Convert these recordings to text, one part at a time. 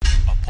Pulp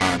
on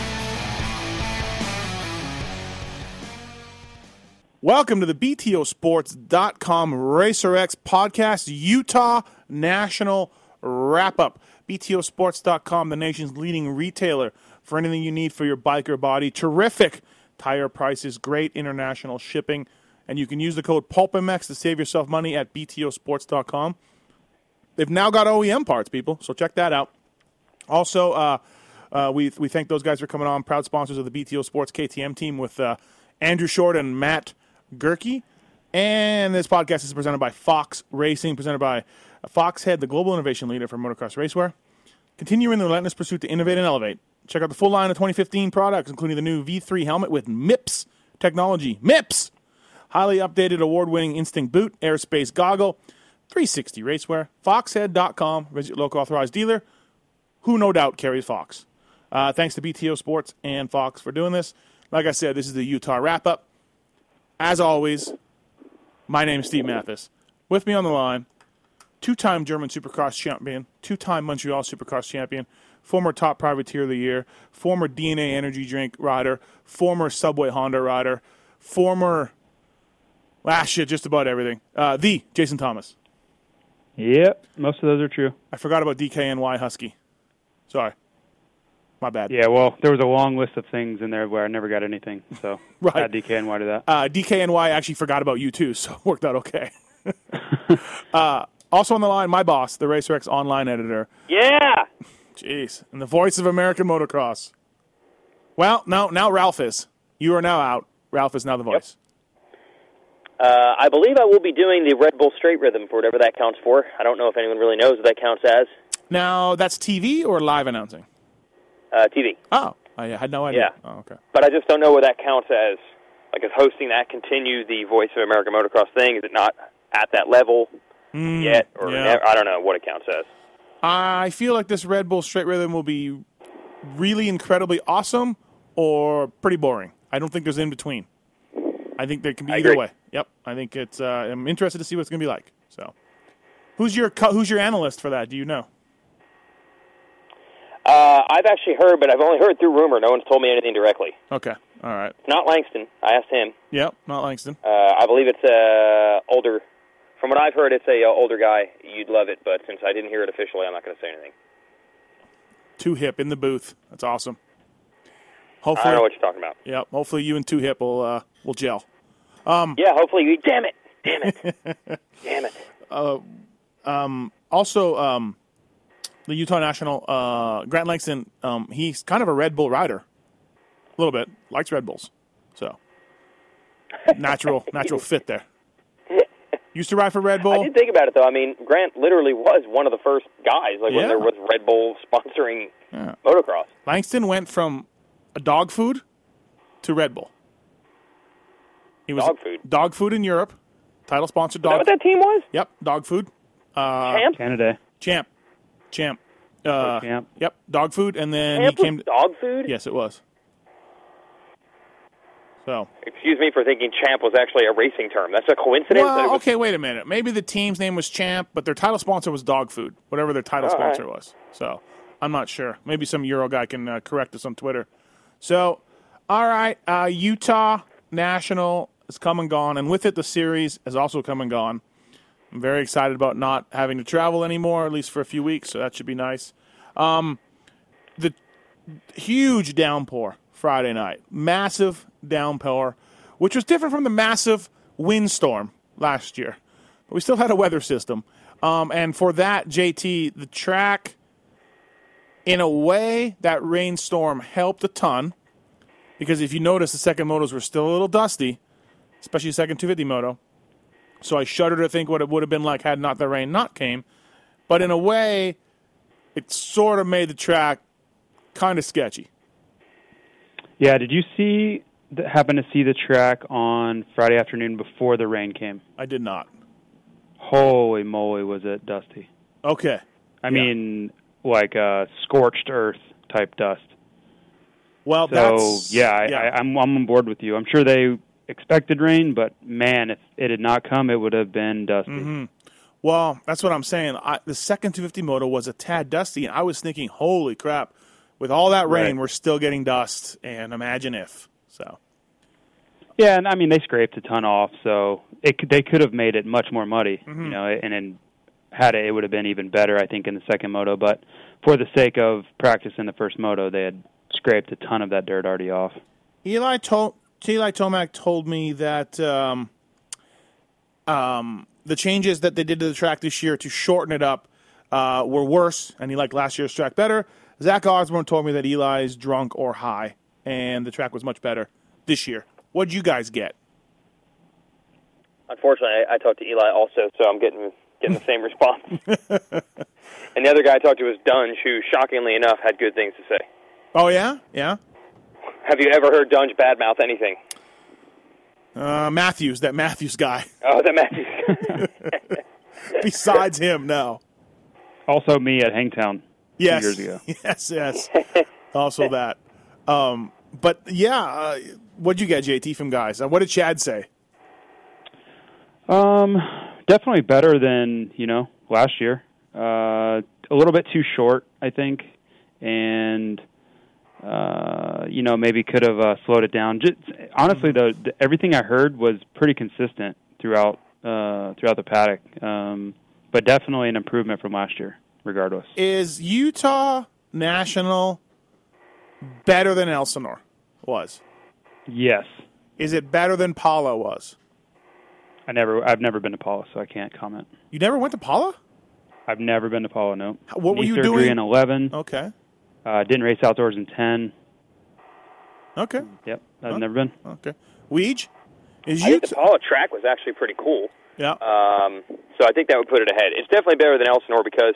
Welcome to the BTOsports.com RacerX podcast, Utah National Wrap Up. BTOsports.com, the nation's leading retailer for anything you need for your bike or body. Terrific tire prices, great international shipping, and you can use the code PULPMX to save yourself money at BTOsports.com. They've now got OEM parts, people, so check that out. Also, uh, uh, we we thank those guys for coming on, proud sponsors of the BTO Sports KTM team with uh, Andrew Short and Matt Gerke. And this podcast is presented by Fox Racing, presented by Foxhead, the global innovation leader for motocross racewear. Continuing the relentless pursuit to innovate and elevate. Check out the full line of 2015 products, including the new V3 helmet with MIPS technology. MIPS! Highly updated award winning Instinct boot, airspace goggle, 360 racewear, foxhead.com, visit your local authorized dealer who no doubt carries Fox. Uh, thanks to BTO Sports and Fox for doing this. Like I said, this is the Utah wrap up. As always, my name is Steve Mathis. With me on the line, two time German Supercross champion, two time Montreal Supercross champion, former top privateer of the year, former DNA energy drink rider, former Subway Honda rider, former. Ah, shit, just about everything. Uh, the Jason Thomas. Yep, most of those are true. I forgot about DKNY Husky. Sorry. My bad. Yeah, well, there was a long list of things in there where I never got anything. So Right. add DK and why to that. uh, DKNY actually forgot about you too, so it worked out okay. uh, also on the line, my boss, the RacerX online editor. Yeah. Jeez, and the voice of American motocross. Well, now now Ralph is. You are now out. Ralph is now the voice. Uh, I believe I will be doing the Red Bull Straight Rhythm for whatever that counts for. I don't know if anyone really knows what that counts as. Now that's TV or live announcing. Uh, TV. Oh, I had no idea. Yeah. Oh, okay. But I just don't know where that counts as. Like, is hosting that continue the Voice of America Motocross thing? Is it not at that level yet? Or yeah. never? I don't know what it counts as. I feel like this Red Bull Straight Rhythm will be really incredibly awesome or pretty boring. I don't think there's in between. I think there can be I either agree. way. Yep. I think it's. Uh, I'm interested to see what it's going to be like. So, who's your co- who's your analyst for that? Do you know? Uh, I've actually heard, but I've only heard through rumor. No one's told me anything directly. Okay. All right. It's not Langston. I asked him. Yep. Not Langston. Uh, I believe it's uh, older. From what I've heard, it's a uh, older guy. You'd love it, but since I didn't hear it officially, I'm not going to say anything. Two hip in the booth. That's awesome. I don't know Hopefully, what you're talking about. yep. Hopefully, you and Two Hip will uh, will gel. Yeah, hopefully. You, damn it! Damn it! damn it! also um, the Utah National uh, Grant Langston. Um, he's kind of a Red Bull rider, a little bit likes Red Bulls, so natural natural fit there. Used to ride for Red I Bull. did think about it though. I mean, Grant literally was one of the first guys, like Yeah. when there was Red Bull sponsoring motocross. Langston went from a dog food to Red Bull. He was Dog food? Dog food in Europe. Title sponsored Is that dog. Uh, what that team was? Yep, dog food. Champ? Canada. Champ, champ. Uh, Champ. Yep, dog food, and then Champ he came. was To, dog food. yes, it was. So Excuse me for thinking champ was actually a racing term. That's a coincidence. that it Well, was- okay, wait a minute. Maybe the team's name was Champ, but their title sponsor was Dog Food, whatever their title All right. sponsor was. So I'm not sure. Maybe some Euro guy can uh, correct us on Twitter. So, all right, uh, Utah National is come and gone, and with it, the series has also come and gone. I'm very excited about not having to travel anymore, at least for a few weeks. So that should be nice. Um, the huge downpour Friday night. Massive downpour, which was different from the massive windstorm last year. But we still had a weather system. Um, and for that, JT, the track, in a way, that rainstorm helped a ton. Because if you notice, the second motos were still a little dusty, especially the second 250 moto. So I shudder to think what it would have been like had not the rain not came. But in a way, it sort of made the track kind of sketchy. Yeah, did you see th- happen to see the track on Friday afternoon before the rain came? I did not. Holy moly, was it dusty. Okay. I mean, like uh scorched earth type dust. Well, So that's yeah, I, I, I'm I'm on board with you. I'm sure they expected rain, but man, if it had not come, it would have been dusty. Well, that's what I'm saying. I, the second 250 moto was a tad dusty, and I was thinking, holy crap, with all that rain, Right. we're still getting dust, and imagine if. So, Yeah, and I mean they scraped a ton off, so it could, they could have made it much more muddy, you know, and then had it, it would have been even better, I think, in the second moto. But for the sake of practice in the first moto, they had scraped a ton of that dirt already off. Eli, told Eli Tomac told me that um, um, the changes that they did to the track this year to shorten it up uh, were worse, and he liked last year's track better. Zach Osborne told me that Eli's drunk or high, and the track was much better this year. What'd you guys get? Unfortunately, I, I talked to Eli also, so I'm getting getting the same response. and the other guy I talked to was Dunge, who shockingly enough had good things to say. Oh yeah, yeah. Have you ever heard Dunge badmouth anything? Uh, Matthews, that Matthews guy. Oh, that matches. Besides him, no. Also, me at Hangtown Yes. years ago. Yes, yes. also that. Um, but yeah, uh, what'd you get, JT, from guys? Uh, what did Chad say? Um, definitely better than you know last year. Uh, a little bit too short, I think, and uh, you know maybe could have uh, slowed it down. Just, honestly, though, th- everything I heard was pretty consistent throughout uh, throughout the paddock. Um, but definitely an improvement from last year, regardless. Is Utah National better than Elsinore was? Yes, Is it better than Paula was? I never, I've never been to Paula, so I can't comment. You never went to Paula? I've never been to Paula. No. what were Knee you surgery doing? Oh. in eleven? Okay. Uh, didn't race outdoors in ten. Okay. Yep, I've never been. Okay. Weege? Is I think the Utah? Paula track was actually pretty cool. Yeah. Um, so I think that would put it ahead. It's definitely better than Elsinore because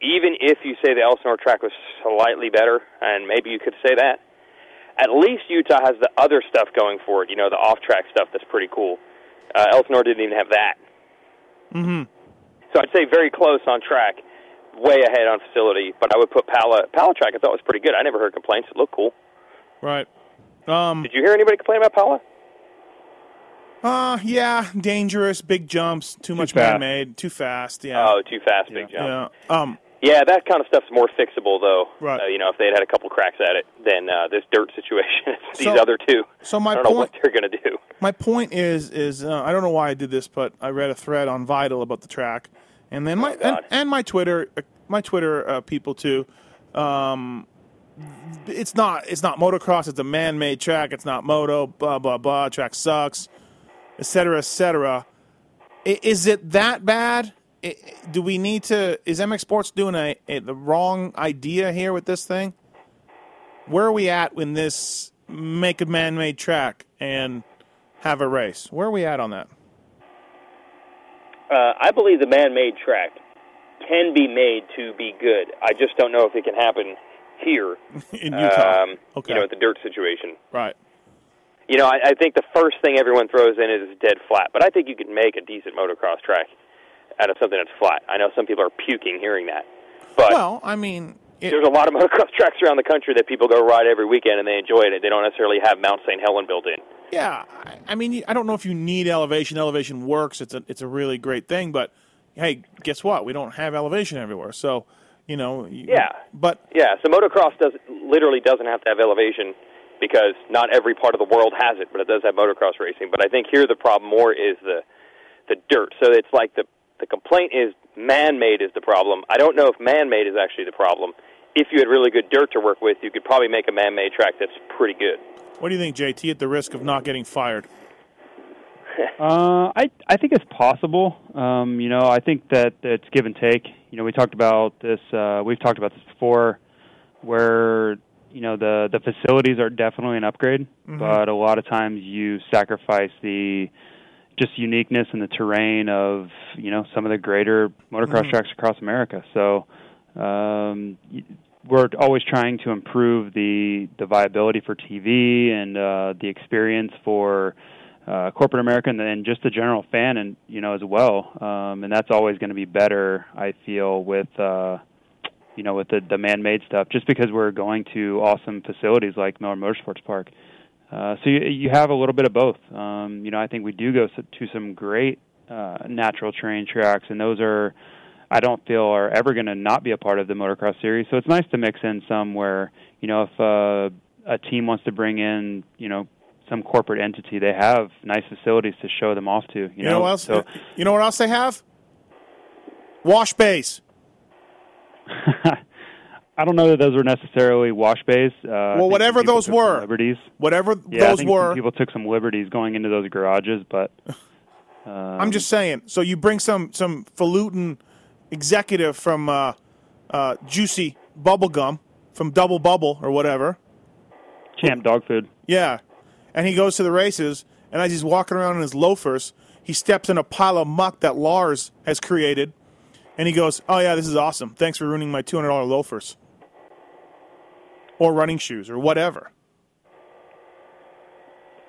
even if you say the Elsinore track was slightly better, and maybe you could say that, at least Utah has the other stuff going for it. You know, the off-track stuff that's pretty cool. Uh, Elsinore didn't even have that. Mm-hmm. So I'd say very close on track, way ahead on facility. But I would put Pala Pala track. I thought was pretty good. I never heard complaints. It looked cool. Right. Um, Did you hear anybody complain about Pala? uh, yeah, dangerous, big jumps, too, much fast. man-made, too fast. Yeah. Oh, too fast, big jump. Yeah. Um, Yeah, that kind of stuff's more fixable, though. Right. Uh, you know, if they'd had a couple cracks at it, than uh, this dirt situation. It's So- these other two. so my I don't know what point- they're going to do. my point is, is uh, I don't know why I did this, but I read a thread on Vital about the track, and then my and, God. and my Twitter, my Twitter uh, people too. Um, it's not it's not motocross. It's a man-made track. It's not moto. Blah blah blah. Track sucks, etc. etc. I- Is it that bad? I- Do we need to? Is MX Sports doing a, a the wrong idea here with this thing? Where are we at when this make a man-made track and have a race? Where are we at on that? Uh, I believe the man-made track can be made to be good. I just don't know if it can happen here. In Utah, Um, okay, You know, with the dirt situation. right? You know, I, I think the first thing everyone throws in is dead flat, but I think you can make a decent motocross track out of something that's flat. I know some people are puking hearing that, but Well, I mean, it, there's a lot of motocross tracks around the country that people go ride every weekend and they enjoy it. They don't necessarily have Mount St. Helen built in. yeah. I, I mean, I don't know if you need elevation. Elevation works. It's a it's a really great thing, but hey, guess what? We don't have elevation everywhere, so you know. you- Yeah. but Yeah, so motocross does literally doesn't have to have elevation because not every part of the world has it, but it does have motocross racing. But I think here the problem more is the the dirt. So it's like the the complaint is man-made is the problem. I don't know if man-made is actually the problem. If you had really good dirt to work with, you could probably make a man-made track that's pretty good. what do you think, JT? At the risk of not getting fired, Uh, I I think it's possible. Um, you know, I think that it's give and take. You know, we talked about this. Uh, we've talked about this before, where you know the the facilities are definitely an upgrade, but a lot of times you sacrifice the just uniqueness and the terrain of you know some of the greater motocross tracks across America. So um, y- we're always trying to improve the the viability for TV and uh, the experience for uh, corporate America and, and just the general fan and you know as well. Um, and that's always going to be better, I feel, with uh, you know with the, the man made stuff, just because we're going to awesome facilities like Miller Motorsports Park. Uh, so you, you have a little bit of both. Um, you know, I think we do go s- to some great uh, natural terrain tracks, and those are I don't feel are ever going to not be a part of the motocross series. So it's nice to mix in some where you know if uh, a team wants to bring in you know some corporate entity, they have nice facilities to show them off to. You, You know what else? So you know what else they have? Wash bays. I don't know that those were necessarily wash bays. Uh, I think some whatever people those took some were. liberties. Whatever Yeah, I those think some were. people took some liberties going into those garages, but I'm just saying. So you bring some some falutin executive from uh, uh, Juicy Bubblegum from Double Bubble or whatever. champ dog food. Yeah. And he goes to the races, and as he's walking around in his loafers, he steps in a pile of muck that Lars has created, and he goes, "Oh yeah, this is awesome. Thanks for ruining my two hundred dollar loafers, or running shoes, or whatever."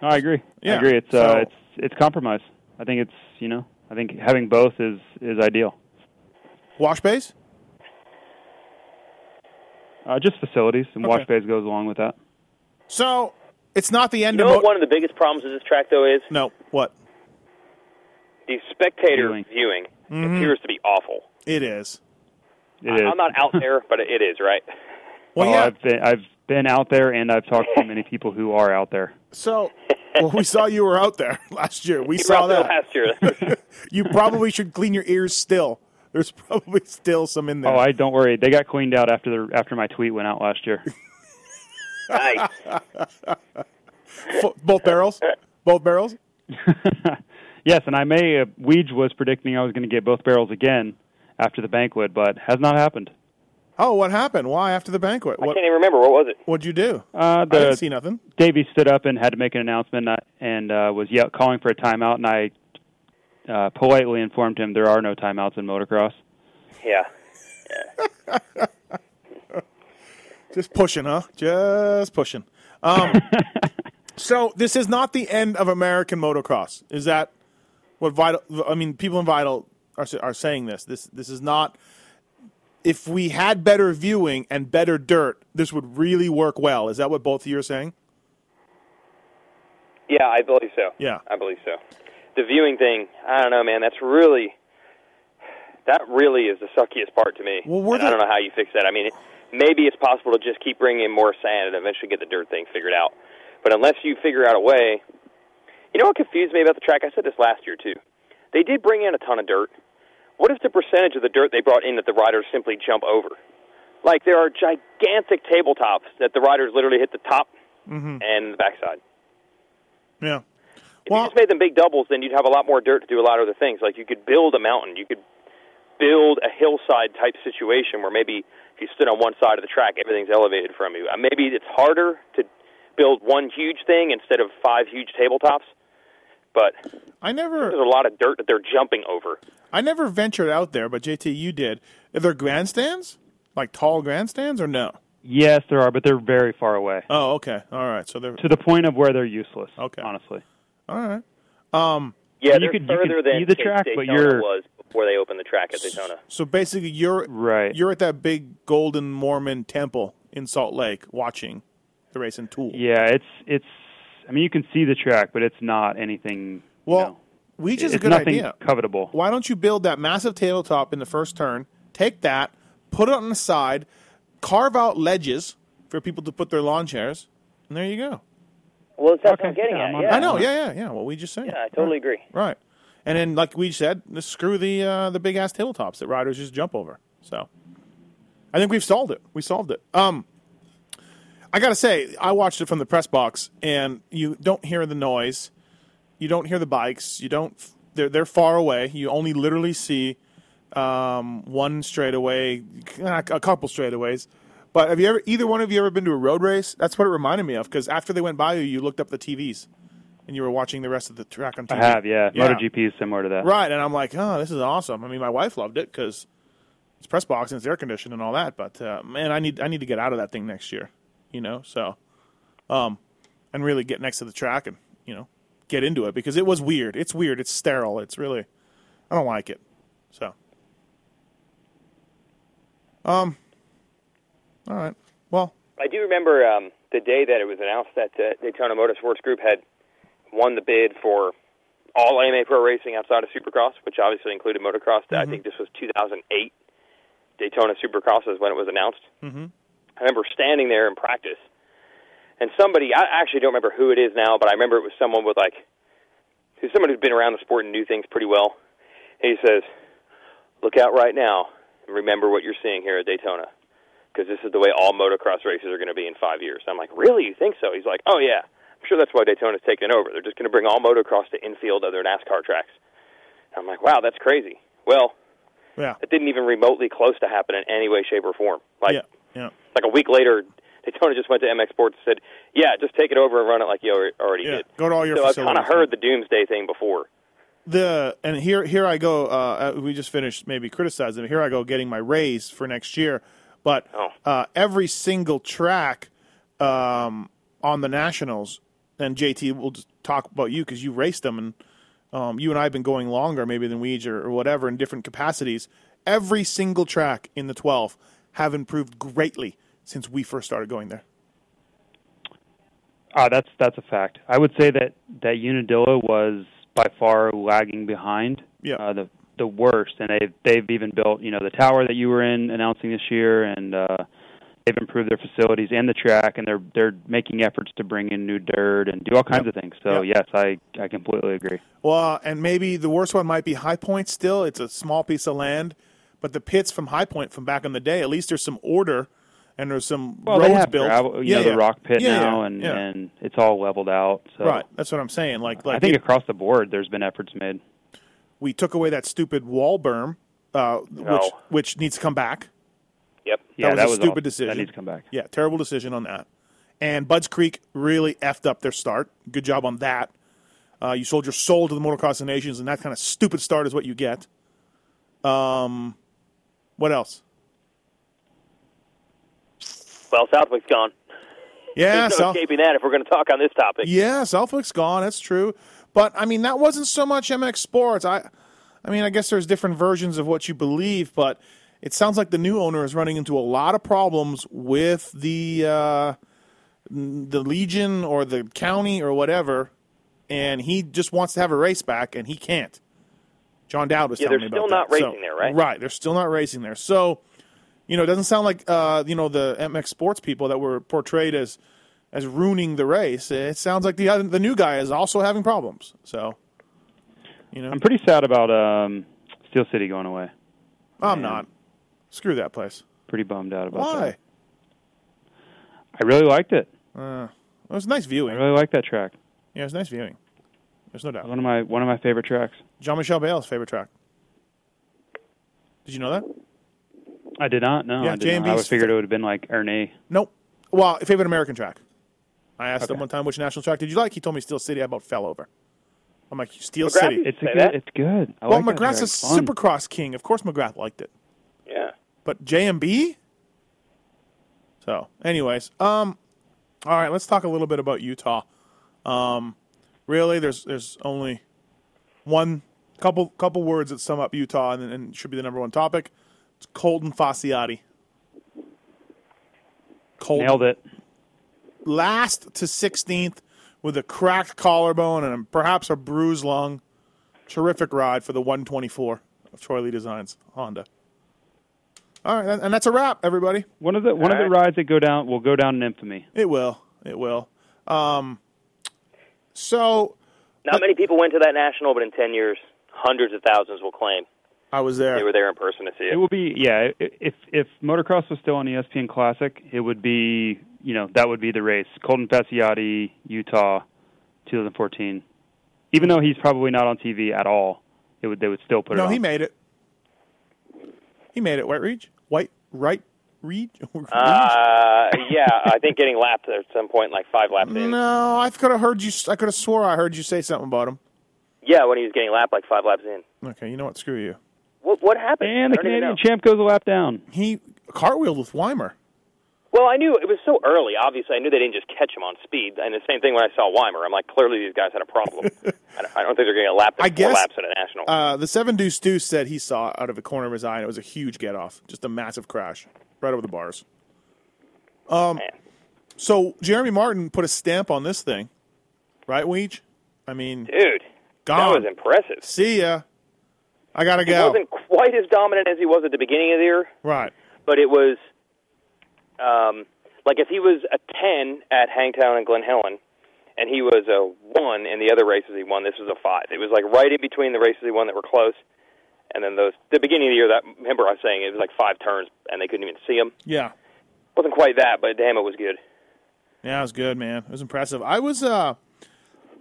No, I agree. Yeah, I agree. It's so- uh, it's it's compromise. I think it's you know I think having both is is ideal. Wash bays. Uh, just facilities and wash Okay. bays goes along with that. So it's not the end You know of what mo- one of the biggest problems with this track, though, is no what the spectator Viewing. viewing, Mm-hmm. appears to be awful. it is. It I- I'm not out there, but it is right. Well, Oh, yeah. I've been I've been out there and I've talked to many people who are out there. So well, we saw you were out there last year. We You were saw out there that. last year. that's for sure. You probably should clean your ears still. There's probably still some in there. Oh, I don't worry. They got cleaned out after the after my tweet went out last year. nice. Fo- both barrels. Both barrels. yes, and I may uh, Weege was predicting I was going to get both barrels again after the banquet, but has not happened. Oh, what happened? Why after the banquet? I What? can't even remember what was it. What'd you do? Uh, I the didn't see nothing. Davey stood up and had to make an announcement uh, and uh, was yell- calling for a timeout, and I uh, politely informed him there are no timeouts in motocross. Yeah. Just pushing, huh? Just pushing. Um, so this is not the end of American motocross. Is that what vital? I mean, people in vital are sa- are saying this. This this is not. If we had better viewing and better dirt, this would really work well. Is that what both of you are saying? Yeah, I believe so. Yeah. I believe so. The viewing thing, I don't know, man. That's really, that really is the suckiest part to me. Well, we're And the- I don't know how you fix that. I mean, it, maybe it's possible to just keep bringing in more sand and eventually get the dirt thing figured out. But unless you figure out a way, you know what confused me about the track? I said this last year too. They did bring in a ton of dirt. What if the percentage of the dirt they brought in that the riders simply jump over? Like there are gigantic tabletops that the riders literally hit the top Mm-hmm. and the backside. Yeah. If Well- you just made them big doubles, then you'd have a lot more dirt to do a lot of other things. Like you could build a mountain, you could build a hillside type situation where maybe if you stood on one side of the track, everything's elevated from you. Uh, Maybe it's harder to build one huge thing instead of five huge tabletops. But I never there's a lot of dirt that they're jumping over. I never ventured out there, but JT, you did. Are there grandstands? Like tall grandstands or no? Yes, there are, but they're very far away Oh, okay. All right. So they're to the point of where they're useless. Okay. honestly, all right. Yeah, You they're could- you could further than see the Chase track, but Daytona you're- was before they opened the track at Daytona. So basically, you're Right. You're at that big golden Mormon temple in Salt Lake watching the race in Tool. yeah, it's it's. I mean, you can see the track, but it's not anything. Well, you know, we just it's a good nothing idea. covetable. Why don't you build that massive tabletop in the first turn? Take that, put it on the side, carve out ledges for people to put their lawn chairs, and there you go. Well, that's what Okay, I'm getting yeah, at. I'm on yeah. that. I know. Yeah, yeah, yeah. What we just said. Yeah, I totally agree. Right. And then, like we said, just screw the uh, the big ass tabletops that riders just jump over. So, I think we've solved it. We solved it. Um, I gotta say, I watched it from the press box, and you don't hear the noise. You don't hear the bikes. You don't. They're they're far away. You only literally see um, one straightaway, a couple straightaways. But have you ever either one of you ever been to a road race? That's what it reminded me of because after they went by you, you looked up the TVs and you were watching the rest of the track on TV. I have, yeah. MotoGP is similar to that. Right, and I'm like, oh, this is awesome. I mean, my wife loved it because it's press box and it's air conditioned and all that. But uh, man, I need I need to get out of that thing next year, you know. So, um, and really get next to the track and you know get into it because it was weird. It's weird. It's sterile. It's really I don't like it. So, um, all right. Well, I do remember um, the day that it was announced that uh, Daytona Motorsports Group had won the bid for all AMA Pro Racing outside of Supercross, which obviously included motocross. I think this was 2008. Daytona Supercross is when it was announced. Mhm. I remember standing there in practice, and somebody I actually don't remember who it is now, but I remember it was someone with like who's someone who's been around the sport and knew things pretty well. And he says, "Look out right now and remember what you're seeing here at Daytona." Because this is the way all motocross races are going to be in five years. I'm like, really? You think so? He's like, oh yeah. I'm sure that's why Daytona's taking over. They're just going to bring all motocross to infield other NASCAR tracks. I'm like, wow, that's crazy. Well, yeah, it didn't even remotely close to happen in any way, shape, or form. Like yeah, yeah. like a week later, Daytona just went to MX Sports and said, "Yeah, just take it over and run it like you alre- already Yeah, did." go to all your so I've facilities. kind of heard the doomsday thing before. the and here here I go. Uh, uh, we just finished maybe criticizing. Here I go getting my raise for next year, but Oh. uh, every single track um, on the nationals and JT will just talk about you because you raced them and um, you and I have been going longer maybe than Weege or, or whatever in different capacities. Every single track in the twelve have improved greatly since we first started going there. Ah, that's that's a fact. I would say that that Unadilla was by far lagging behind. Yeah. Uh, the the worst, and they've they've even built you know the tower that you were in announcing this year, and uh, they've improved their facilities and the track, and they're they're making efforts to bring in new dirt and do all kinds of things. So yes, I I completely agree. Well, and maybe the worst one might be High Point still. It's a small piece of land, but the pits from High Point from back in the day, at least there's some order and there's some Well, roads they have built. gravel, yeah, you know, yeah. the rock pit Yeah, now, yeah, and yeah. and it's all leveled out. So right, that's what I'm saying. Like, like I think it- across the board, there's been efforts made. we took away that stupid wall berm, uh, Oh. which which needs to come back. Yep. Yeah, was that a was stupid awful. decision. That needs to come back. Yeah, terrible decision on that. And Budds Creek really effed up their start. Good job on that. Uh, you sold your soul to the Motocross of Nations, and that kind of stupid start is what you get. Um, what else? Well, Southwick's gone. Yeah, There's no South, escaping that if we're going to talk on this topic. yeah, Southwick's gone. That's true. But I mean, that wasn't so much MX Sports. I, I mean, I guess there's different versions of what you believe, but it sounds like the new owner is running into a lot of problems with the uh, n- the Legion or the county or whatever, and he just wants to have a race back, and he can't. John Dowd was Yeah, telling they're me about still not that. So- racing there, right? Right, they're still not racing there. So, you know, it doesn't sound like uh, you know the MX Sports people that were portrayed as as ruining the race. It sounds like the other, the new guy is also having problems. So, you know, I'm pretty sad about um, Steel City going away. I'm not. Screw that place. Pretty bummed out about Why? that. I really liked it. It was nice I viewing. really liked that track. Yeah, it was nice viewing. There's no doubt. One of my one of my favorite tracks. Jean Michel Bale's favorite track. Did you know that? I did not know. Yeah, I, did not. J&B's I always figured it would have been like Ernie. Nope. Well, favorite American track. I asked him Okay. one time which national track did you like. He told me Steel City. I about fell over. I'm like Steel McGrath? City. It's a Say good. that? It's good. I well, like that McGrath's a track. Fun. Supercross king. Of course, McGrath liked it. Yeah. but JMB. So, anyways, um, all right, let's talk a little bit about Utah. Um, really, there's there's only one couple couple words that sum up Utah, and, and it should be the number one topic. It's Colton Fasciati. Colton Nailed it. last to 16th with a cracked collarbone and perhaps a bruised lung. Terrific ride for the 124 of Troy Lee Designs Honda. All right, and that's a wrap, everybody. One of the one of the rides that go down will go down in infamy. It will. It will. Um, so Not many people went to that national, but in ten years, hundreds of thousands will claim I was they there. were there in person to see It it. will be yeah. i- If if motocross was still on E ESPN Classic, it would be you know that would be the race. Colton Paciati, Utah, 2014. Even though he's probably not on TV at all, it would they would still put it No, on. he made it. He made it. White Reach. White right Reach. Uh, yeah, I think getting lapped at some point, like five laps in. no, I could have heard you. I could have swore I heard you say something about him. Yeah, when he was getting lapped, like five laps in. Okay, you know what? Screw you. What what happened? and the I don't even know. Canadian champ goes a lap down. He cartwheeled with Weimer. Well, I knew it was so early. Obviously, I knew they didn't just catch him on speed. And the same thing when I saw Weimer. I'm like, clearly these guys had a problem. I don't- I don't think they're going to lap I them four guess- laps at a national. Uh, the seven deuce deuce said he saw it out of the corner of his eye, and it was a huge get off, just a massive crash right over the bars. Um, Man. So Jeremy Martin put a stamp on this thing, right, Weech? I mean, Dude, that gone. was impressive. See ya. I gotta He go. wasn't quite as dominant as he was at the beginning of the year, Right. but it was um, like if he was a 10 at Hangtown and Glen Helen, and he was a 1 in the other races he won, this was a 5. It was like right in between the races he won that were close. And then those, the beginning of the year, that remember I was saying it was like five turns and they couldn't even see him. Yeah. wasn't quite that, but damn, it was good. Yeah, it was good, man. It was impressive. I was uh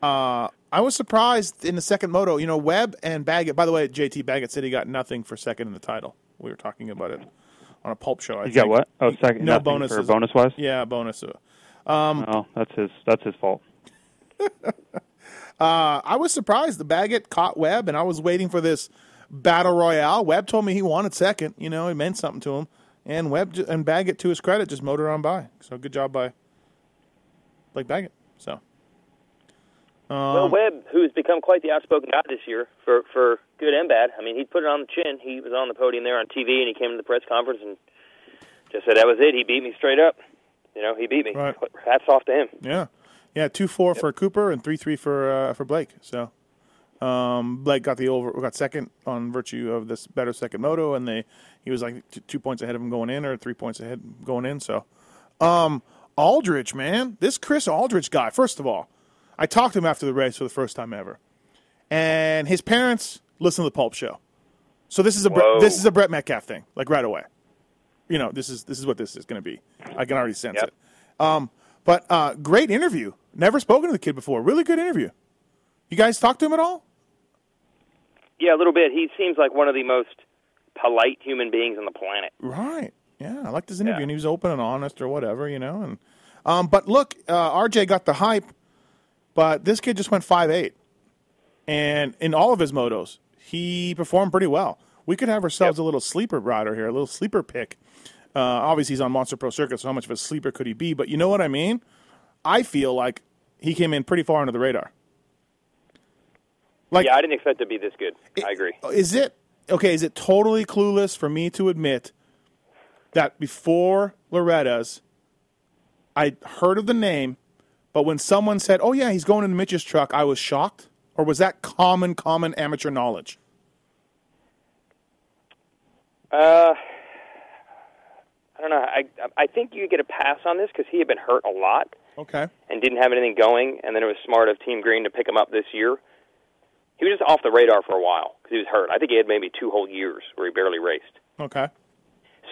uh I was surprised in the second moto, you know, Webb and Baggett by the way, JT Baggett said he got nothing for second in the title. We were talking about it on a pulp show. I He's got think. what? Oh, second. No nothing bonuses. for bonus wise. Yeah, bonus. Uh, Oh, that's his. That's his fault. I was surprised the Baggett caught Webb, and I was waiting for this battle royale. Webb told me he wanted second. You know, it meant something to him. And Webb ju- and Baggett, to his credit, just motored on by. So good job by Blake Baggett. So well, Webb, who has become quite the outspoken guy this year for for good and bad. I mean, he put it on the chin. He was on the podium there on TV, and he came to the press conference and just said that was it. He beat me straight up. You know, he beat me. Right. Hats off to him. yeah, yeah, two four for Cooper and three three for uh, for Blake. So um, Blake got the over, got second on virtue of this better second moto, and they he was like t- two points ahead of him going in, or three points ahead going in. So Um, Aldrich, man, this Chris Aldrich guy. First of all, I talked to him after the race for the first time ever, and his parents listen to the Pulp Show, so this is a Bre- Whoa. this is a Brett Metcalf thing, like right away. You know, this is this is what this is going to be. I can already sense Yep. it. Um, but uh, great interview. Never spoken to the kid before. Really good interview. You guys talked to him at all? Yeah, a little bit. He seems like one of the most polite human beings on the planet. Right. Yeah, I liked his interview, Yeah. and he was open and honest, or whatever, you know. And um, but look, uh, RJ got the hype, but this kid just went five eight, and in all of his motos, he performed pretty well. We could have ourselves a little sleeper rider here, a little sleeper pick. Uh, obviously, he's on Monster Pro Circuit, so how much of a sleeper could he be? But you know what I mean. I feel like he came in pretty far under the radar. Like, Yeah, I didn't expect it to be this good. I agree. is it okay? Is it totally clueless for me to admit that before Loretta's, I heard of the name, but when someone said, "Oh yeah, he's going in Mitch's truck," I was shocked. Or was that common, common amateur knowledge? Uh, I don't know. I I think you get a pass on this because he had been hurt a lot. Okay. and didn't have anything going, and then it was smart of Team Green to pick him up this year. He was just off the radar for a while because he was hurt. I think he had maybe two whole years where he barely raced. Okay.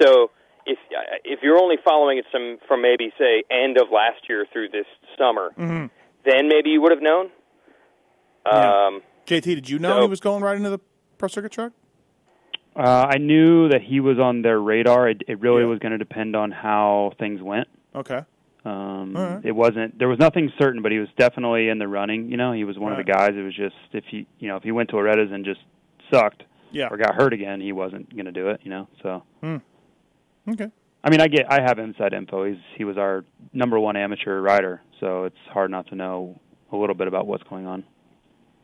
So if if you're only following it some from maybe say end of last year through this summer, then maybe you would have known. Yeah. Um, JT, did you know So- he was going right into the pro circuit truck? Uh, I knew that he was on their radar. It, it really Yeah. was going to depend on how things went. Okay. Um, All right. It wasn't. There was nothing certain, but he was definitely in the running. You know, he was one of the guys. It was just if he, you know, if he went to Loretta's and just sucked Yeah. or got hurt again, he wasn't going to do it. You know, so Okay. I mean, I get. I have inside info. He's he was our number one amateur rider, so it's hard not to know a little bit about what's going on.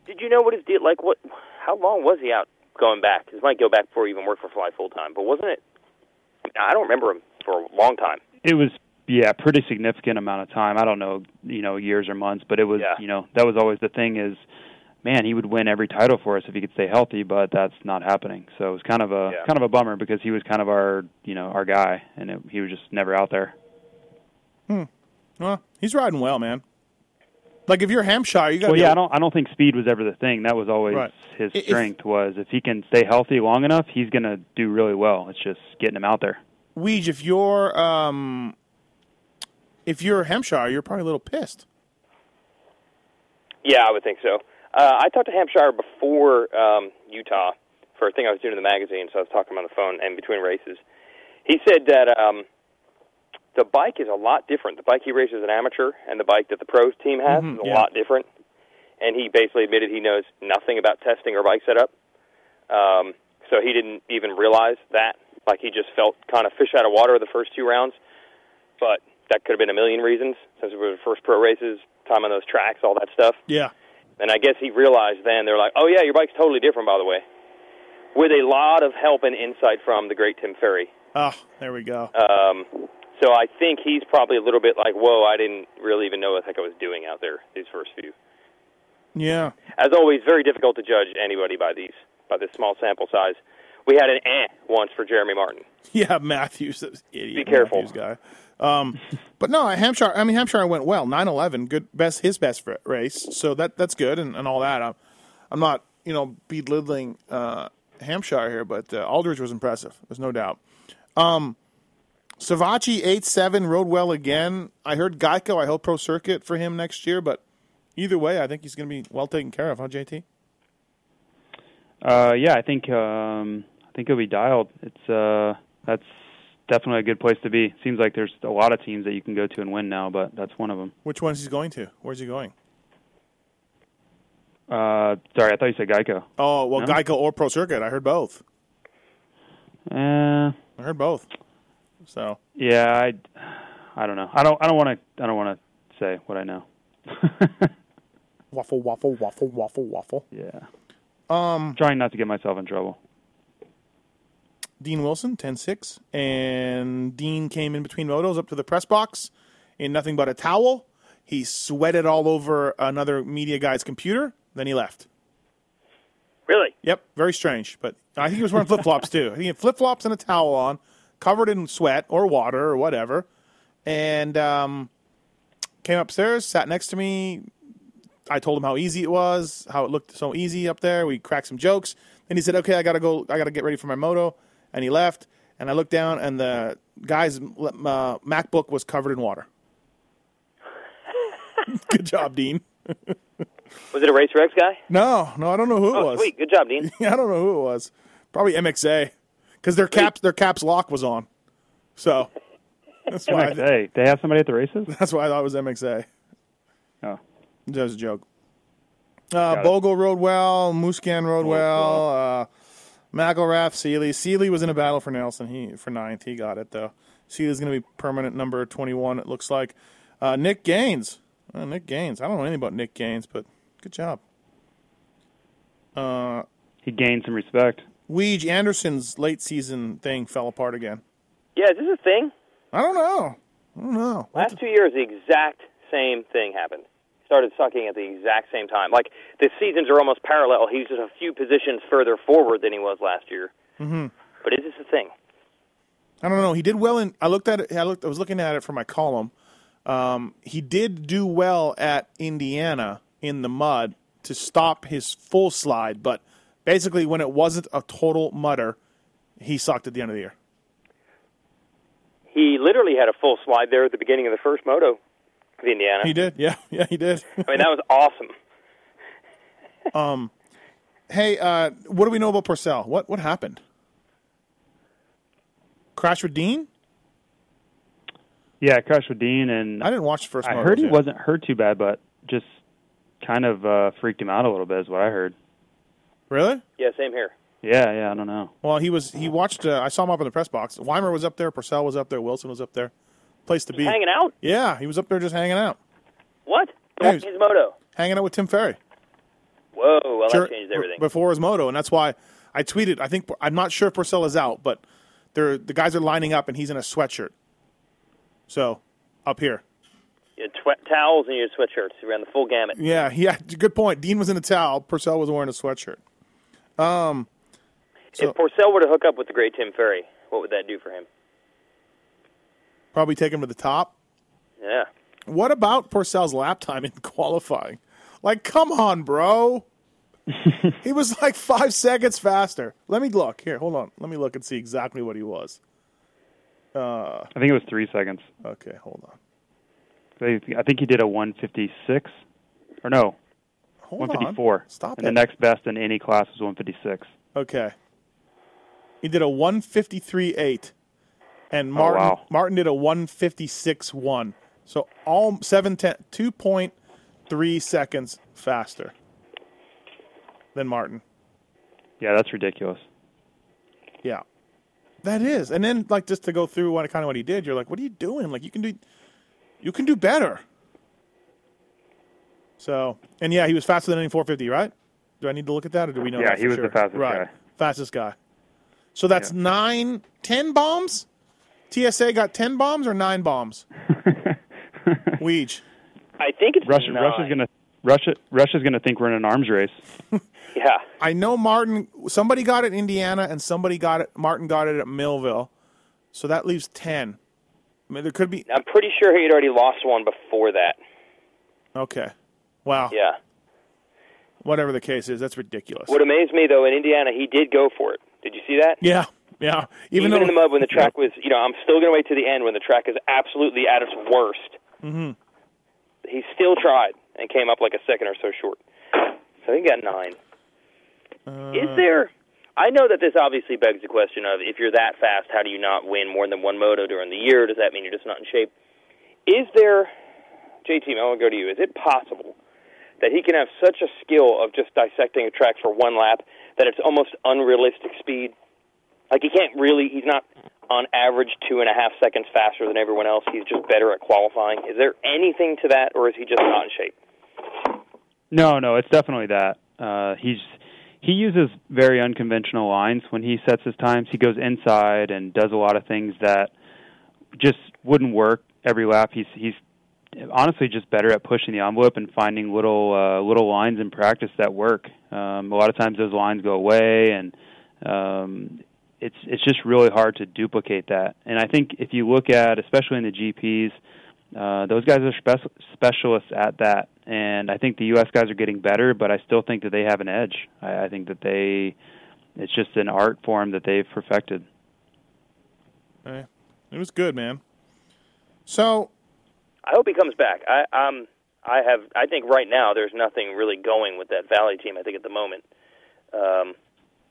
did you know what his deal? Like what? How long was he out going back? This might go back before he even worked for Fly full time, but wasn't it? I don't remember him for a long time. It was yeah, pretty significant amount of time. I don't know, you know, years or months, but it was Yeah. you know that was always the thing is, man, he would win every title for us if he could stay healthy, but that's not happening. So it was kind of a Yeah. kind of a bummer because he was kind of our you know our guy, and it, he was just never out there. Well, he's riding well, man. Like if you're Hampshire, you got. Well, yeah, I don't I don't think speed was ever the thing. That was always Right. his If- strength was if he can stay healthy long enough, he's gonna do really well. It's just getting him out there. Weege, if you're um, if you're Hampshire, you're probably a little pissed. Yeah, I would think so. Uh, I talked to Hampshire before um, Utah for a thing I was doing in the magazine, so I was talking to him on the phone and between races. He said that um, the bike is a lot different. The bike he races as an amateur and the bike that the pros team has Mhm, is a yeah. lot different. And he basically admitted he knows nothing about testing or bike setup. Um, so he didn't even realize that. Like he just felt kind of fish out of water the first two rounds. But that could have been a million reasons since it was the first pro races, time on those tracks, all that stuff. Yeah. And I guess he realized then they're like, "Oh yeah, your bike's totally different, by the way." With a lot of help and insight from the great Tim Ferry. Oh, there we go. Um, so I think he's probably a little bit like, "Whoa, I didn't really even know what the heck I was doing out there these first few." Yeah. As always, very difficult to judge anybody by these by this small sample size. We had an eh once for Jeremy Martin. Yeah, Matthews, that idiot. Be careful. Matthews guy. Um, but no, Hampshire. I mean, Hampshire went well. 9-11, good best his best ra- race. So that that's good and, and all that. I'm, I'm not you know belittling uh, Hampshire here, but uh, Aldridge was impressive. There's no doubt. Um, Savachi eight seven rode well again. I heard Geico. I hope pro circuit for him next year. But either way, I think he's going to be well taken care of. Huh, JT? Uh, yeah, I think um, I think he'll be dialed. It's uh, that's definitely a good place to be. Seems like there's a lot of teams that you can go to and win now, but that's one of them. Which one's he going to? Where's he going? Uh, sorry, I thought you said Geico. Oh well, No? Geico or pro circuit. I heard both. Uh, I heard both. So yeah, I, I don't know. I don't. I don't want to. I don't want to say what I know. waffle, waffle, waffle, waffle, waffle. yeah. Um. Trying not to get myself in trouble. Dean Wilson, 10-6. And Dean came in between motos up to the press box in nothing but a towel. He sweated all over another media guy's computer. Then he left. Really? Yep, very strange. But I think he was wearing flip flops too. I think he had flip flops and a towel on, covered in sweat or water or whatever, and um, came upstairs, sat next to me. I told him how easy it was, how it looked so easy up there. We cracked some jokes, and he said, "Okay, I gotta go. I gotta get ready for my moto," and he left. And I looked down, and the guy's uh, MacBook was covered in water. Good job, Dean. Was it a Racer X guy? No, no, I don't know who it oh, was. sweet. Good job, Dean. I don't know who it was. Probably MXA, because their caps their caps lock was on. So that's why I, Hey, they have somebody at the races. that's why I thought it was MXA. Oh. That was a joke. Uh, it. Bogle rode well. Muscan rode well. Uh, McElrath, Sealy. Sealy was in a battle for Nelson. He for ninth. He got it though. Sealy's going to be permanent number twenty-one. It looks like. Uh, Nick Gaines. Uh, Nick Gaines. I don't know anything about Nick Gaines, but good job. He gained some respect. Weege Anderson's late season thing fell apart again. Yeah, is this a thing? I don't know. I don't know. Last two years, the exact same thing happened. Started sucking at the exact same time. Like the seasons are almost parallel. He's just a few positions further forward than he was last year. Mm-hmm. But is this a thing? I don't know. He did well in. I looked at it. I looked. I was looking at it for my column. Um, he did do well at Indiana in the mud to stop his full slide, but basically when it wasn't a total mutter, he sucked at the end of the year. He literally had a full slide there at the beginning of the first moto of Indiana. He did. Yeah. Yeah. He did. I mean, that was awesome. hey, uh, what do we know about Purcell? What What happened? Crash with Dean? Yeah, crash with Dean and I didn't watch the first. I motos heard he yet. wasn't hurt too bad, but just kind of uh, freaked him out a little bit, is what I heard. really. Yeah, same here. Yeah, yeah, I don't know. Well, he was. He watched. Uh, I saw him up in the press box. Weimer was up there. Purcell was up there. Wilson was up there. Place to be. Hanging out? Yeah, he was up there just hanging out, What? Yeah, he was- His moto. hanging out with Tim Ferry. Whoa, well, Sure, that changed everything. b- Before his moto, and that's why I tweeted. I think I'm not sure if Purcell is out, but they're the guys are lining up, and he's in a sweatshirt. So up here, Your tw- towels and your sweatshirts. You ran the full gamut. yeah, yeah. Good point. Dean was in a towel. Purcell was wearing a sweatshirt. So- if Porcel were to hook up with the great Tim Ferry, what would that do for him? Probably take him to the top. Yeah. What about Porcel's lap time in qualifying? Like, come on, bro. he was like five seconds faster. Let me look. Here, hold on. Let me look and see exactly what he was. I think it was three seconds. Okay, hold on. They- I think he did a 156, or no, Hold on. 154. Stop and it. the next best in any class was 156. Okay. He did a 153.8, and Martin wow. Martin did a 156.1. So all seven ten, 2.3 seconds faster than Martin. Yeah, that's ridiculous. Yeah. That is. And then like just to go through what kind of what he did, you're like, what are you doing? Like you can do you can do better. So and yeah, he was faster than any four fifty, right? Do I need to look at that or do we know Yeah, that? he for was sure? the fastest right. guy. Fastest guy. So that's nine ten bombs? TSA got ten bombs or nine bombs? Weege. I think it's Russia, nine. Russia's gonna Russia Russia's gonna think we're in an arms race. Yeah, I know Martin. Somebody got it in Indiana, and somebody got it. Martin got it at Millville, so that leaves ten. I mean, there could be I'm pretty sure he had already lost one before that. okay. Wow. Yeah. whatever the case is. That's ridiculous. What amazed me though in Indiana, he did go for it. Did you see that? yeah, yeah. Even, Even, though in the mud when the track was, you know, I'm still going to wait to the end when the track is absolutely at its worst. Mm-hmm. He still tried and came up like a second or so short. So he got nine. is there? I know that this obviously begs the question of if you're that fast, how do you not win more than one moto during the year? Does that mean you're just not in shape? Is there, JT, I want to go to you. Is it possible that he can have such a skill of just dissecting a track for one lap that it's almost unrealistic speed? Like he can't really. He's not on average two and a half seconds faster than everyone else. He's just better at qualifying. Is there anything to that, or is he just not in shape? No, no, it's definitely that. Uh, he's he uses very unconventional lines when he sets his times. He goes inside and does a lot of things that just wouldn't work every lap. He's he's honestly just better at pushing the envelope and finding little uh, little lines in practice that work. Um, a lot of times those lines go away, and um, it's it's just really hard to duplicate that. And I think if you look at, especially in the GPS, uh, those guys are spec- specialists at that. And I think the U.S. guys are getting better, but I still think that they have an edge. I, I think that they, it's just an art form that they've perfected. Eh, it was good, man. So I hope he comes back. I um I have I think right now there's nothing really going with that Valley team. I think at the moment. Um,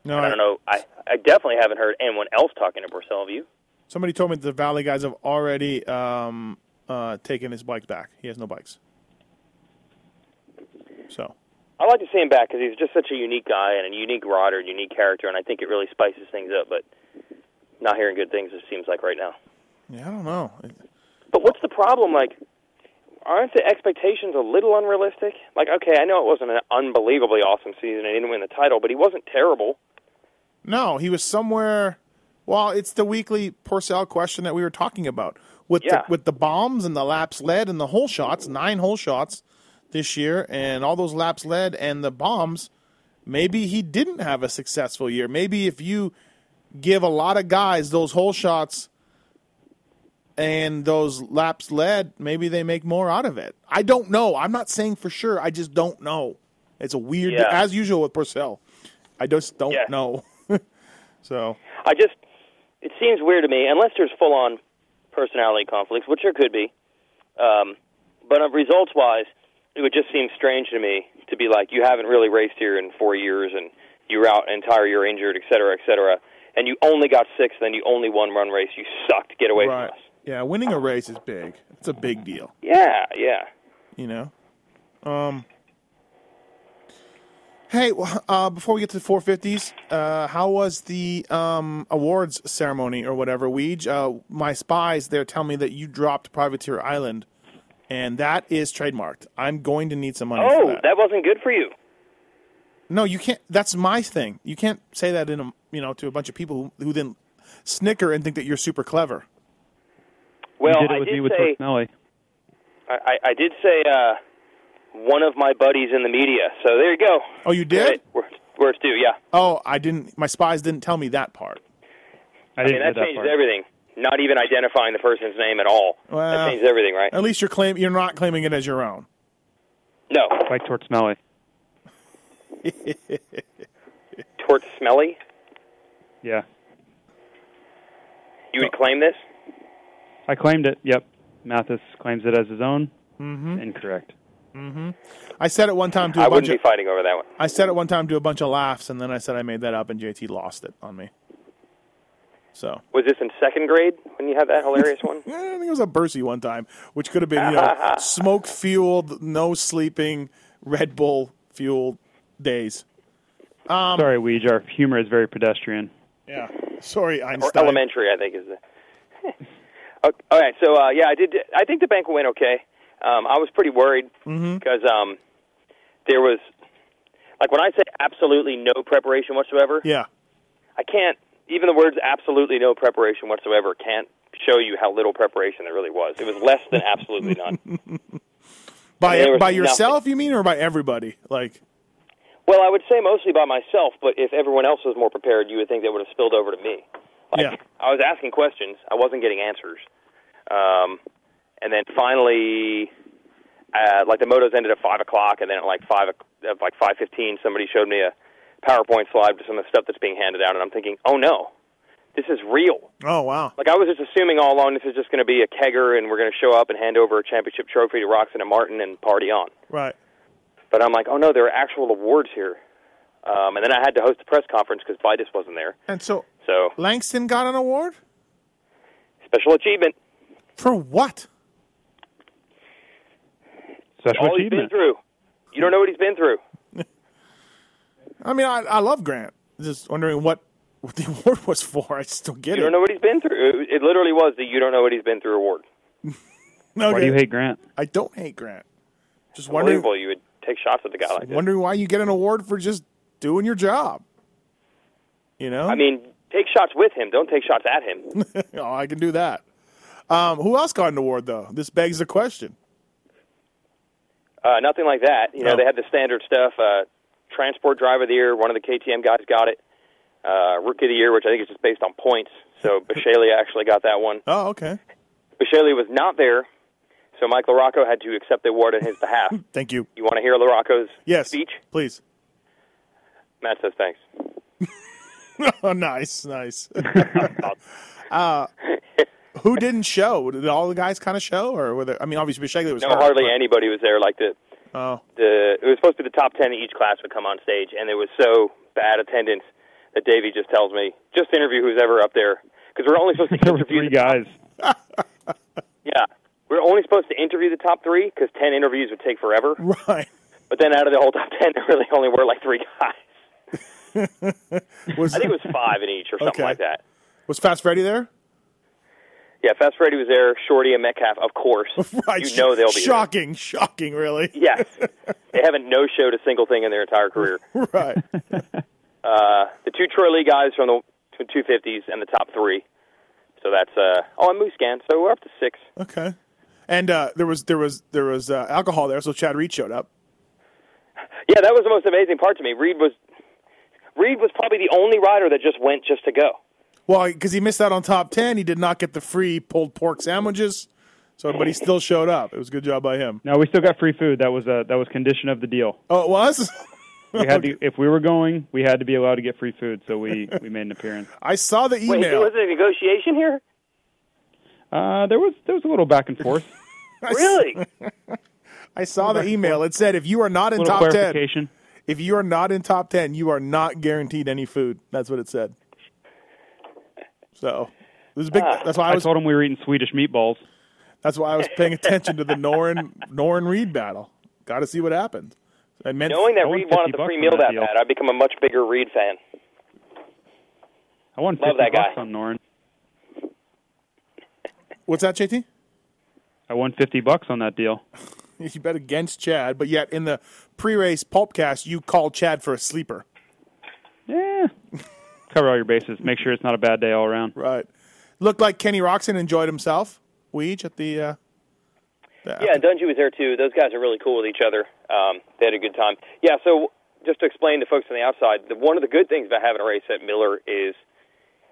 no, I don't know. I I definitely haven't heard anyone else talking to Purcell of you. Somebody told me the Valley guys have already um, uh, taken his bike back. He has no bikes. So I like to see him back because he's just such a unique guy and a unique rider, and unique character, and I think it really spices things up. But not hearing good things, it seems like right now. yeah, I don't know. But what's the problem? Like, aren't the expectations a little unrealistic? Like, okay, I know it wasn't an unbelievably awesome season and he didn't win the title, but he wasn't terrible. No, he was somewhere. Well, it's the weekly Porcel question that we were talking about with Yeah. the, with the bombs and the laps led and the whole shots, nine whole shots this year, and all those laps led and the bombs. Maybe he didn't have a successful year. Maybe if you give a lot of guys those whole shots and those laps led, maybe they make more out of it. I don't know. I'm not saying for sure. I just don't know. It's a weird, Yeah. as usual with Porcel. I just don't Yeah. know. so I just, it seems weird to me, unless there's full on personality conflicts, which there could be. Um, but results wise, it would just seem strange to me to be like, you haven't really raced here in four years and you were out an entire year injured, et cetera, et cetera, and you only got sixth and you only won one race. You sucked. Get away right, from us. yeah, winning a race is big. It's a big deal, Yeah, yeah. you know. Um. Hey, w- uh, before we get to the 450s, uh, how was the um, awards ceremony or whatever? Weej, uh, my spies there tell me that you dropped Privateer Island, and that is trademarked. I'm going to need some money. for Oh, that. that wasn't good for you. No, you can't. That's my thing. You can't say that in a you know to a bunch of people who, who then snicker and think that you're super clever. Well, he did it I with did me with say Torsinelli. I, I I did say uh, one of my buddies in the media. So there you go. Oh, you did? Right, where, where it's due, yeah. Oh, I didn't. My spies didn't tell me that part. I I mean, didn't that get that changes part. everything. Not even identifying the person's name at all. Well, that changes everything, right? At least you're claim you're not claiming it as your own. No, Like Tortinelli. tort smelly. Yeah, You would claim this? I claimed it. Yep, Mathis claims it as his own. Mm-hmm. Incorrect. I said it one time to a I bunch wouldn't of be fighting over that one. I said it one time to a bunch of laughs, and then I said I made that up, and JT lost it on me. So Was this in second grade when you had that hilarious one? eh, I think it was a Bercy one time, which could have been you know smoke fueled, no sleeping, Red Bull fueled days. Sorry, Weege, our humor is very pedestrian. Yeah, sorry, or Einstein. elementary, I think is the. Okay, All right, so uh, yeah, I did. I think the bank went okay. Um, I was pretty worried because um, there was, like, when I say absolutely no preparation whatsoever, Yeah, I can't. Even the words "absolutely no preparation whatsoever" can't show you how little preparation there really was. It was less than absolutely none. by there was by yourself, you mean, or by everybody? Like, Well, I would say mostly by myself, but if everyone else was more prepared, you would think that would have spilled over to me. Like, Yeah. I was asking questions, I wasn't getting answers. Um, and then finally, uh, like the motos ended at five o'clock, and then at like five, o'c- at like five fifteen, somebody showed me a PowerPoint slide with some of the stuff that's being handed out, and I'm thinking, oh no, this is real. oh wow, Like I was just assuming all along, this is just going to be a kegger, and we're going to show up and hand over a championship trophy to Roxanne and Martin and party on. right? But I'm like, oh no, there are actual awards here. Um, and then I had to host a press conference because Vitus wasn't there. And so So Langston got an award special achievement. for what? Special All he's been achievement. through. You don't know what he's been through. I mean, I, I love Grant. Just wondering what, what the award was for. I still get You it. don't know what he's been through. It, it literally was the "you don't know what he's been through" award. No, Why do you hate Grant? I don't hate Grant. Just wondering, Unbelievable. You would take shots at the guy like this. wondering why you get an award for just doing your job. You know, I mean, take shots with him. Don't take shots at him. oh, I can do that. Um, who else got an award though? This begs the question. Uh, nothing like that. You know, No. they had the standard stuff. Uh, transport driver of the year. One of the KTM guys got it. Uh, rookie of the year, which I think is just based on points. So Bashaley actually got that one. Oh, okay. Bashaley was not there, so Mike LaRocco had to accept the award on his behalf. Thank you. You want to hear LaRocco's Yes, speech? please. Matt says thanks. Oh, nice, nice. uh, who didn't show? Did all the guys kind of show, or were there? I mean, obviously, Shagley was No, hurt, hardly but- anybody was there. Like the Oh, the it was supposed to be the top ten in each class would come on stage, and there was so bad attendance that Davey just tells me just interview who's ever up there because we're only supposed to There were three interview the- guys. yeah. We're only supposed to interview the top three because ten interviews would take forever. Oh, right. But then out of the whole top ten, there really only were like three guys. Was I think it was five in each or something Okay. like that. was Fast Freddy there? Yeah, Fast Freddy was there. Shorty and Metcalf, of course. Right. You know they'll be there. shocking, shocking, really. Yes. they haven't no showed a single thing in their entire career. Right. Uh, the two Troy Lee guys from the 250s and the top three. So that's, uh, oh, and Moose Scan. So we're up to six. Okay. And uh, there was there was there was uh, alcohol there, so Chad Reed showed up. Yeah, that was the most amazing part to me. Reed was, Reed was probably the only rider that just went just to go. Well, because he missed out on top ten, he did not get the free pulled pork sandwiches. So, Oh. but he still showed up. It was a good job by him. No, we still got free food. That was a that was condition of the deal. Oh, it was. We had to, if we were going, we had to be allowed to get free food, so we we made an appearance. I saw the Wait, there email. wasn't a negotiation here? Uh, there was there was a little back and forth, Really? I saw the email. It said if you are not in a little top ten, clarification. if you are not in top ten, you are not guaranteed any food. That's what it said. So it was a big. Ah. That's why I I was. told him we were eating Swedish meatballs. That's why I was paying attention to the Norin Norin Reed battle. Got to see what happens. I meant Knowing that I won Reed 50 wanted the free bucks meal on that that deal. bad, I've become a much bigger Reed fan. I won fifty Love that guy. bucks on Norin. what's that, JT? I won fifty bucks on that deal. You bet against Chad, but yet in the pre-race pulpcast, you called Chad for a sleeper. Yeah, cover all your bases. Make sure it's not a bad day all around. Right. Looked like Kenny Roxon enjoyed himself. Weege at the. Uh, the- Yeah, and Dungy was there too. Those guys are really cool with each other. Um, they had a good time. Yeah, so just to explain to folks on the outside, the, one of the good things about having a race at Miller is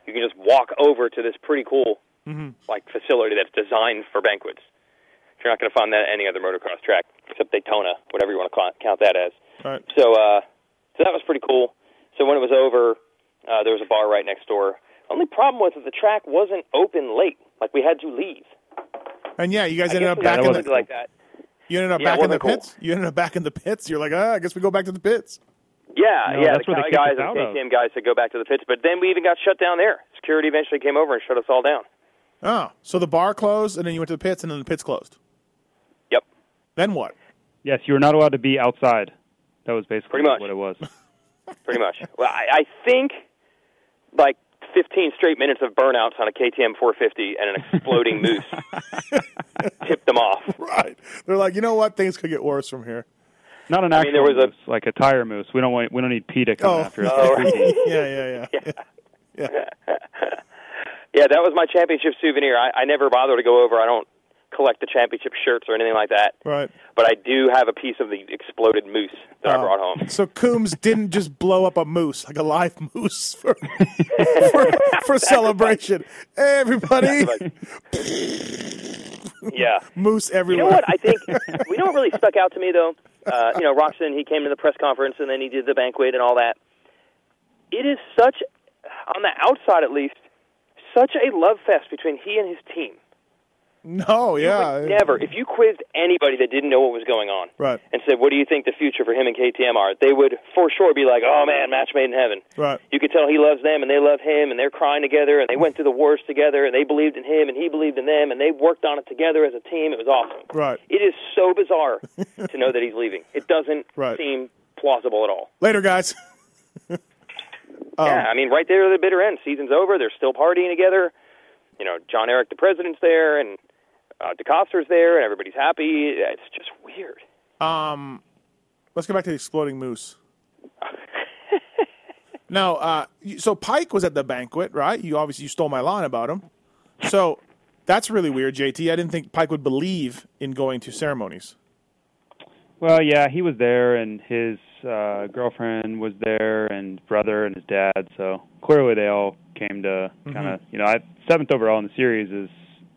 you can just walk over to this pretty cool Mm-hmm. like facility that's designed for banquets. You're not going to find that at any other motocross track except Daytona, whatever you want to cl- count that as. Right. So, uh, so that was pretty cool. So when it was over, uh, there was a bar right next door. Only problem was that the track wasn't open late. Like we had to leave. And yeah, you guys I ended up guess uh, it back in that was the wasn't like that. You ended up Yeah, it back in the wasn't cool. pits. You ended up back in the pits. You're like, ah, I guess we go back to the pits. Yeah, No, yeah, that's the where they Cali kicked guys us and out of. KTM guys said go back to the pits, but then we even got shut down there. Security eventually came over and shut us all down. Oh, so the bar closed, and then you went to the pits, and then the pits closed. Yep. Then what? Yes, you were not allowed to be outside. That was basically Pretty much. what it was. pretty much. Well, I, I think like 15 straight minutes of burnouts on a KTM 450 and an exploding moose tipped them off. Right. They're like, you know what? Things could get worse from here. Not an actual mean, there was a- moose, like a tire moose. We don't want. We don't need PETA coming Oh. after us. Oh, right. Yeah, yeah, yeah. Yeah, that was my championship souvenir. I, I never bother to go over. I don't collect the championship shirts or anything like that. Right. But I do have a piece of the exploded moose that I Oh. brought home. So Coombs didn't just blow up a moose, like a live moose for for, for celebration. Hey, everybody, Yeah. moose You everywhere. know what? I think we know what really stuck out to me though. Uh, you know, Roxon, he came to the press conference and then he did the banquet and all that. It is such, on the outside at least, such a love fest between he and his team. no, yeah. Like, never. If you quizzed anybody that didn't know what was going on Right. and said, "What do you think the future for him and KTM are?" They would for sure be like, "Oh man, match made in heaven." Right. You could tell he loves them and they love him and they're crying together and they went through the wars together and they believed in him and he believed in them and they worked on it together as a team. It was awesome. Right. It is so bizarre to know that he's leaving. It doesn't Right. seem plausible at all. Later, guys. Um, Yeah, I mean, right there at the bitter end. Season's over. They're still partying together. You know, John Eric, the president's there, and uh, DeCoster's there, and everybody's happy. It's just weird. Let's go back to the exploding moose. now, uh, you- so Pike was at the banquet, right? You obviously you stole my line about him. So that's really weird, JT. I didn't think Pike would believe in going to ceremonies. Well, yeah, he was there, and his uh, girlfriend was there, and brother and his dad. So clearly, they all came to Mm-hmm. kind of, you know, I seventh overall in the series is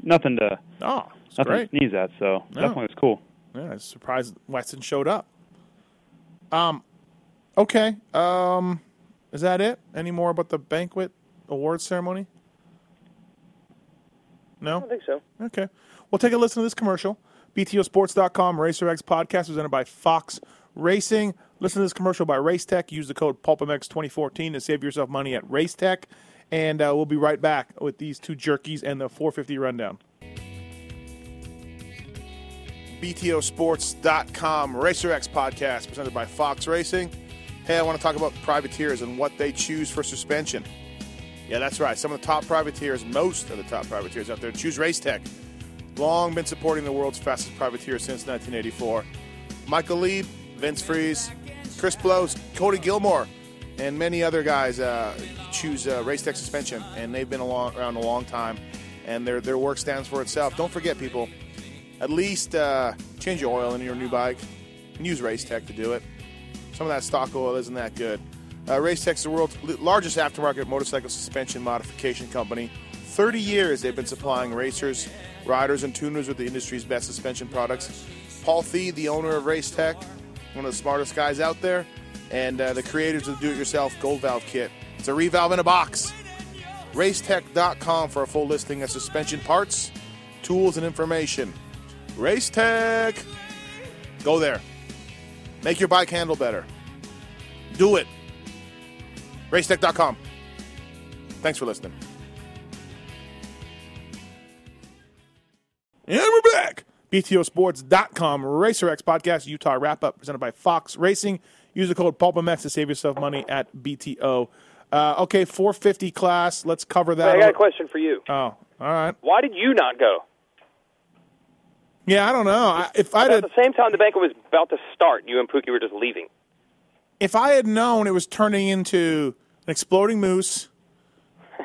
nothing to Oh, it's nothing great. to sneeze at. So definitely was cool. Yeah, I was surprised Weston showed up. Um, okay. Um, is that it? Any more about the banquet award ceremony? No. I think so. Okay. We'll take a listen to this commercial. BTOsports.com Racer X podcast presented by Fox Racing. Listen to this commercial by Racetech. Use the code PulpMX2014 to save yourself money at Racetech. And uh, we'll be right back with these two jerkies and the 450 rundown. BTOsports.com Racer X podcast presented by Fox Racing. Hey, I want to talk about privateers and what they choose for suspension. Yeah, that's right. Some of the top privateers, most of the top privateers out there, choose Race Tech. Long been supporting the world's fastest privateer since 1984. Michael Lieb, Vince Freeze, Chris Blows, Cody Gilmore, and many other guys uh, choose uh, Race Tech suspension, and they've been along, around a long time, and their, their work stands for itself. Don't forget, people, at least uh, change your oil in your new bike and use Race Tech to do it. Some of that stock oil isn't that good. Uh, Racetech is the world's l- largest aftermarket motorcycle suspension modification company. 30 years they've been supplying racers, riders, and tuners with the industry's best suspension products. Paul Thee, the owner of Racetech, one of the smartest guys out there, and uh, the creators of the do it yourself Gold Valve Kit. It's a revalve in a box. Racetech.com for a full listing of suspension parts, tools, and information. Racetech! Go there. Make your bike handle better. Do it. Racetech.com. Thanks for listening. And we're back. BTOsports.com Racer X Podcast Utah Wrap Up presented by Fox Racing. Use the code PulpMX to save yourself money at BTO. Uh, okay, 450 class. Let's cover that. I got a up. question for you. oh, all right. Why did you not go? Yeah, I don't know. I, if I At did, the same time the banquet was about to start, you and Pookie were just leaving. if I had known it was turning into an exploding moose,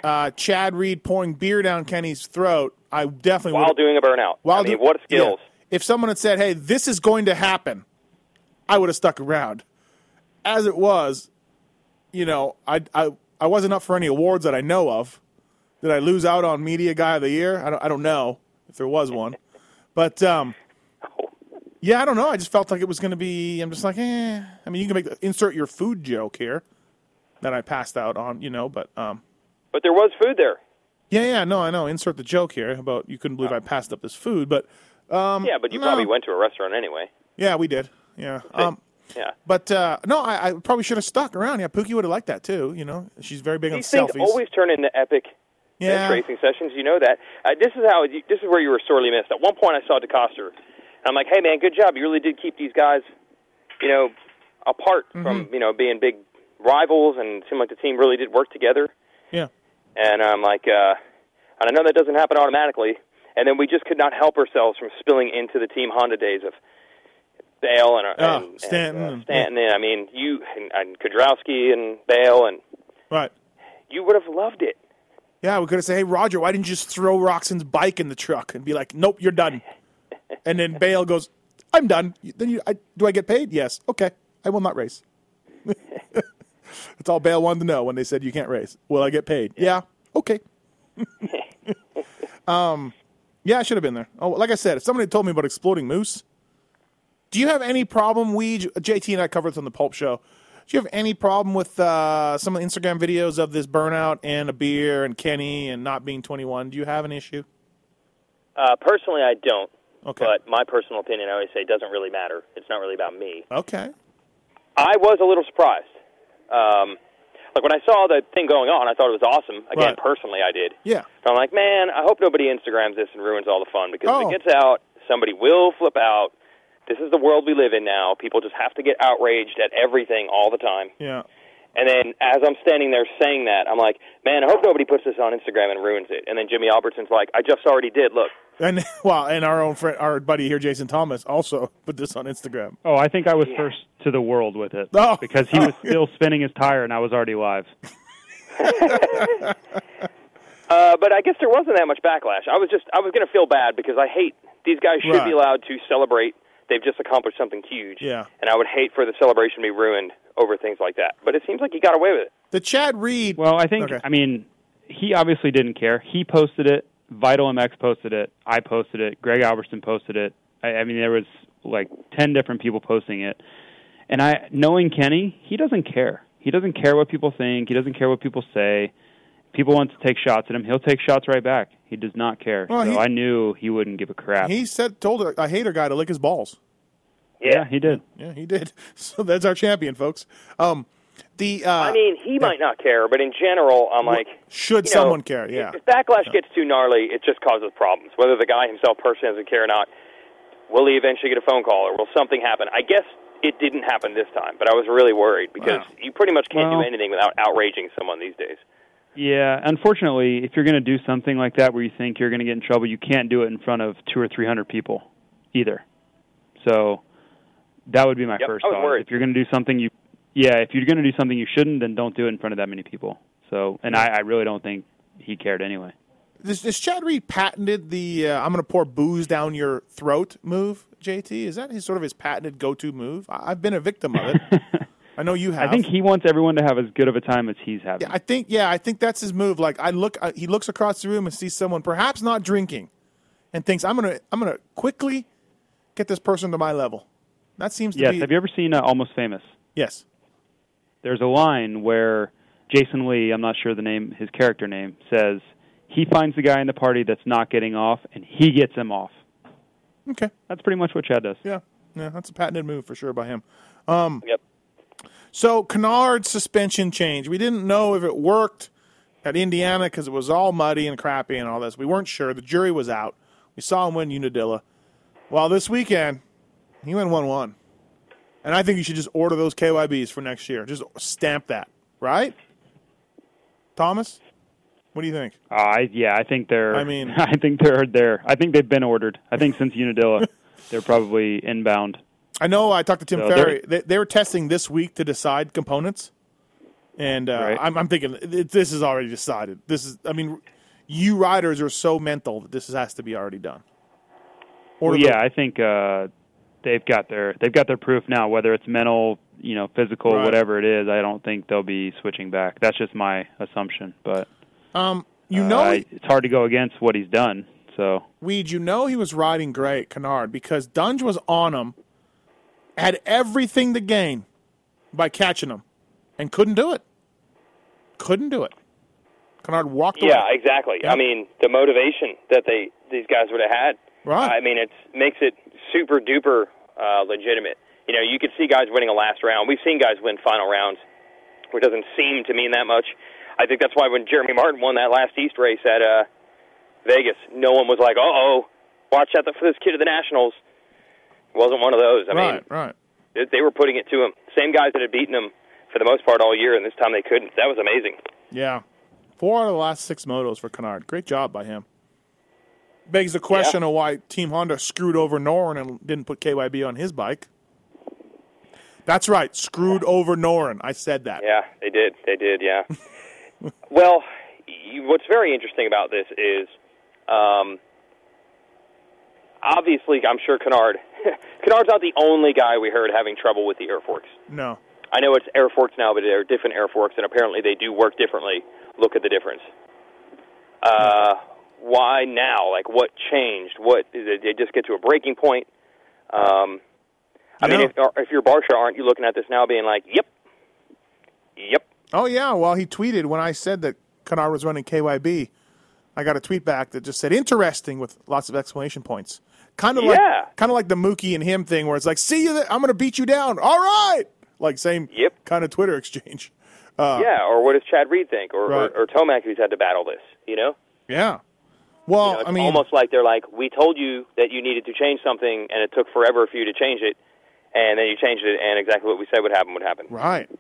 uh, Chad Reed pouring beer down Kenny's throat, I definitely While would. doing a burnout. I mean, what skills. If someone had said, "Hey, this is going to happen," I would have stuck around. As it was, you know, I I I wasn't up for any awards that I know of. Did I lose out on media guy of the year? I don't I don't know if there was one, but um. Yeah, I don't know. I just felt like it was going to be. I'm just like, eh. I mean, you can make the, insert your food joke here that I passed out on, you know. But um, But there was food there. Oh. yeah, yeah, no, I know. Insert the joke here about you couldn't believe I passed up this food, but yeah, but you Mm, no. probably went to a restaurant anyway. Yeah, we did. Yeah. Um, Yeah. but uh, no, I, I probably should have stuck around. Yeah, Pookie would have liked that too. You know, she's very big These on things selfies. always turn into epic Yeah. bench racing sessions. You know that. Uh, this is how. You, this is where you were sorely missed. At one point, I saw DeCoster. I'm like, hey man, good job. You really did keep these guys, you know, apart Mm-hmm. from you know being big rivals, and it seemed like the team really did work together. yeah. And I'm like, uh, and I know that doesn't happen automatically. And then we just could not help ourselves from spilling into the team Honda days of Bale and, Ah, and- and, Stanton uh, and- Stanton. And, I mean, you and, and Kudrowski and Bale, and Right. you would have loved it. Yeah, we could have said, "Hey, Roger, why didn't you just throw Roxon's bike in the truck?" And be like, "Nope, you're done." And then Bale goes, "I'm done." Then you, I, do I get paid? Yes. Okay, I will not race. That's all Bale wanted to know when they said you can't race. Will I get paid? Yeah. Okay. um. Yeah, I should have been there. Oh, like I said, if somebody had told me about exploding moose, do you have any problem? We JT and I covered this on the Pulp Show. Do you have any problem with uh, some of the Instagram videos of this burnout and a beer and Kenny and not being 21? Do you have an issue? Uh, personally, I don't. Okay. But my personal opinion, I always say, doesn't really matter. It's not really about me. Okay. I was a little surprised. Um, like when I saw the thing going on, I thought it was awesome. Again, Right. personally, I did. Yeah. So I'm like, man, I hope nobody Instagrams this and ruins all the fun because Oh. if it gets out, somebody will flip out. This is the world we live in now. People just have to get outraged at everything all the time. Yeah. And then as I'm standing there saying that, I'm like, man, I hope nobody puts this on Instagram and ruins it. And then Jimmy Albertson's like, I just already did. Look, And well, and our own friend, our buddy here, Jason Thomas, also put this on Instagram. Oh, I think I was first to the world with it Oh. because he was still spinning his tire and I was already live. Uh, but I guess there wasn't that much backlash. I was just I was going to feel bad because I hate these guys should be Right. allowed to celebrate. They've just accomplished something huge. Yeah. And I would hate for the celebration to be ruined over things like that. But it seems like he got away with it. The Chad Reed. Well, I think Okay. I mean he obviously didn't care. He posted it. Vital MX posted it. I posted it. Greg Albertson posted it. I, I mean, there was like ten different people posting it. And I, knowing Kenny, he doesn't care. He doesn't care what people think. He doesn't care what people say. People want to take shots at him. He'll take shots right back. He does not care. Well, so he- I knew he wouldn't give a crap. he said, told a, a hater guy to lick his balls. yeah, he did. Yeah, he did. So that's our champion, folks. Um, the uh, I mean, he might not care, but in general, I'm like, should you know, someone care? Yeah. If, if backlash gets too gnarly, it just causes problems. Whether the guy himself personally doesn't care or not, will he eventually get a phone call or will something happen? I guess it didn't happen this time, but I was really worried because Wow. you pretty much can't Well- do anything without outraging someone these days. Yeah, unfortunately, if you're going to do something like that where you think you're going to get in trouble, you can't do it in front of two or three hundred people either. So that would be my Yep, first I was thought. worried. If you're going to do something you, yeah, if you're going to do something you shouldn't, then don't do it in front of that many people. So, and I, I really don't think he cared anyway. This, this Chad Reed patented the uh, "I'm going to pour booze down your throat" move. JT, is that his sort of his patented go-to move? I, I've been a victim of it. I know you have. I think he wants everyone to have as good of a time as he's having. Yeah, I think yeah, I think that's his move. Like I look, I, he looks across the room and sees someone perhaps not drinking, and thinks I'm gonna I'm gonna quickly get this person to my level. That seems to yes. be Have you ever seen uh, Almost Famous? yes. there's a line where Jason Lee, I'm not sure the name, his character name, says he finds the guy in the party that's not getting off, and he gets him off. Okay, That's pretty much what Chad does. yeah, yeah, that's a patented move for sure by him. Hmm. Yep. So Kennard's suspension change. We didn't know if it worked at Indiana because it was all muddy and crappy and all this. We weren't sure. The jury was out. We saw him win Unadilla. Well, this weekend he went one one, and I think you should just order those KYBs for next year. Just stamp that, right? Thomas, what do you think? Uh, I yeah, I think they're. I mean- I think they're there. I think they've been ordered. I think since Unadilla, they're probably inbound. I know I talked to Tim No, they're- Ferry. They, they were testing this week to decide components, and uh, Right. I'm, I'm thinking it, this is already decided. This is, I mean, you riders are so mental that this has to be already done. Or Well, yeah, I think uh, they've got their they've got their proof now. Whether it's mental, you know, physical, Right. whatever it is, I don't think they'll be switching back. That's just my assumption, but um, you uh, know, I- it's hard to go against what he's done. So Weed, you know he was riding great, Kennard, because Dunge was on him, had everything to gain by catching him, and couldn't do it. Couldn't do it. Kennard walked away. Yeah, exactly. I mean, the motivation that they these guys would have had Right. I mean, it makes it super duper uh, legitimate. You know, you could see guys winning a last round. We've seen guys win final rounds, which doesn't seem to mean that much. I think that's why when Jeremy Martin won that last East race at uh, Vegas, no one was like, "Uh oh, watch out for this kid at the Nationals." Wasn't one of those. I right, mean, right. they- they were putting it to him. Same guys that had beaten him for the most part all year, and this time they couldn't. That was amazing. Yeah. Four out of the last six motos for Kennard. Great job by him. Begs the question of why Team Honda screwed over Norin and didn't put KYB on his bike. That's right, screwed over Norin. I said that. Yeah, they did. They did. Yeah. well, you, what's very interesting about this is, um, obviously, I'm sure Kennard. Kennard's not the only guy we heard having trouble with the air forks. No. I know it's air forks now, but they're different air forks, and apparently they do work differently. Look at the difference. Uh, why now? Like, what changed? What did they just get to a breaking point? Um, I mean, Yeah. if, if you're Barsha, aren't you looking at this now, being like, "Yep, yep, Oh yeah. Well, he tweeted when I said that Kennard was running KYB. I got a tweet back that just said "interesting" with lots of exclamation points. Kind of Yeah. like kind of like the Mookie and him thing, where it's like, "See you, there. I'm going to beat you down." All right, like same Yep. kind of Twitter exchange. Yeah, or what does Chad Reed think, or, Uh. Right. or, or Tomac, who's had to battle this? You know, Yeah. Well, You know, it's I mean, almost like they're like, "We told you that you needed to change something, and it took forever for you to change it, and then you changed it, and exactly what we said would happen would happen." right.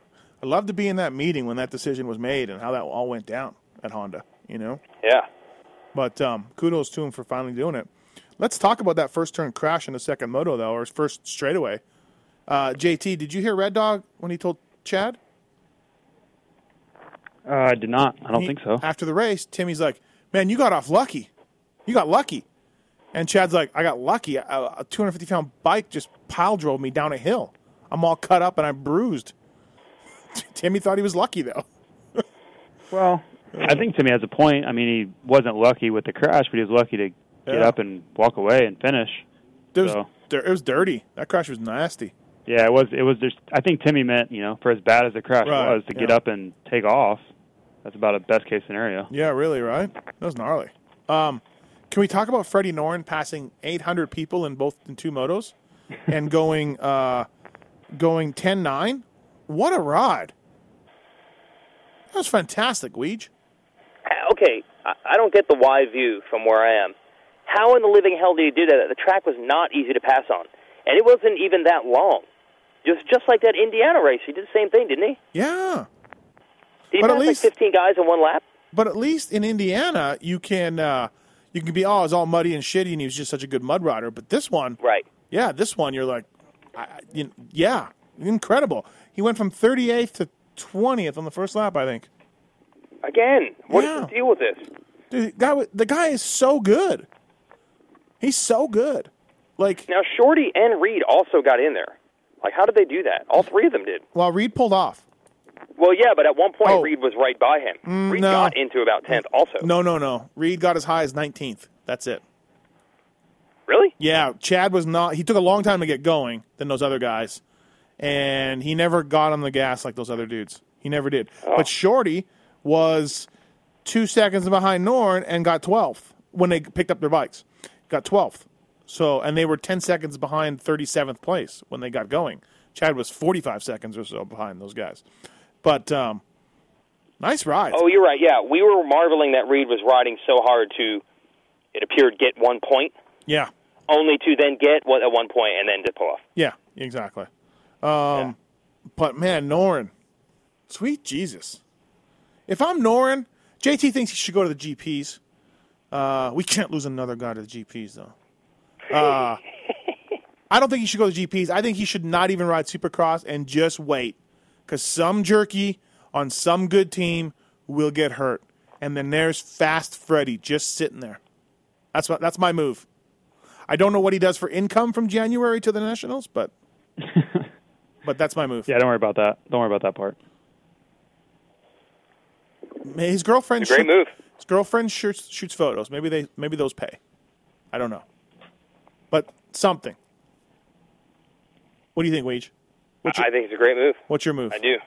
I'd love to be in that meeting when that decision was made and how that all went down at Honda. You know. Yeah, But um, kudos to him for finally doing it. Let's talk about that first turn crash in the second moto, though, or his first straightaway. Uh, JT, did you hear Red Dog when he told Chad? Uh, I did not. I don't He- think so. After the race, Timmy's like, "Man, you got off lucky. You got lucky." And Chad's like, "I got lucky. A, a 250 pound bike just pile drove me down a hill. I'm all cut up and I'm bruised." Timmy thought he was lucky though. Well, I think Timmy has a point. I mean, he wasn't lucky with the crash, but he was lucky to get Yeah. up and walk away and finish. There was, So- there, it was dirty. That crash was nasty. Yeah, it was. It was just. I think Timmy meant, you know, for as bad as the crash Right, was, to get yeah. up and take off. That's about a best case scenario. Yeah, really, right? That was gnarly. Um, can we talk about Freddie Norin passing 800 people in both in two motos and going uh, going 10-9? What a ride! That was fantastic, Weege. Uh, okay, I, I don't get the wide view from where I am. How in the living hell do you do that? The track was not easy to pass on, and it wasn't even that long. Just just like that Indiana race, he did the same thing, didn't he? Yeah, Did he But at pass least- like 15 guys in one lap? but at least in Indiana, you can uh, you can be oh, it's all muddy and shitty, and he was just such a good mud rider. But this one, Right. Yeah, this one you're like, I, I- you know, yeah, incredible. He went from 38th to 20th on the first lap, I think. Again, what is Yeah. the deal with this? Dude, guy, wa- the guy is so good. He's so good. Like, Now, Shorty and Reed also got in there. Like, how did they do that? All three of them did. well, Reed pulled off. Well, yeah, but at one point, Oh. Mm, Reed was right by him. Reed no. got into about 10th also. No, no, no. Reed got as high as 19th. That's it. Really? Yeah, Chad was not. He took a long time to get going than those other guys, and he never got on the gas like those other dudes. He never did. But Shorty was two seconds behind Norn and got 12th when they picked up their bikes. Got 12th. So and they were 10 seconds behind 37th place when they got going. Chad was 45 seconds or so behind those guys. But um, nice ride. Oh, you're right. Yeah, we were marveling that Reed was riding so hard to, it appeared, get one point, yeah. only to then get what at one point and then to pull off. Yeah, exactly. Um, But man, Norin, sweet Jesus! If I'm Norin, JT thinks he should go to the GPS. Uh, we can't lose another guy to the GPS though. Uh, I don't think he should go to the GPS. I think he should not even ride Supercross and just wait, because some jerky on some good team will get hurt, and then there's Fast Freddy just sitting there. That's what. That's my move. I don't know what he does for income from January to the Nationals, but but that's my move. Yeah, don't worry about that. Don't worry about that part. May- His girlfriend Great shoot- move. His girlfriend shoots, shoots photos. Maybe they maybe those pay. I don't know, but something. What do you think, Weege? What's your, I think it's a great move. what's your move? I do.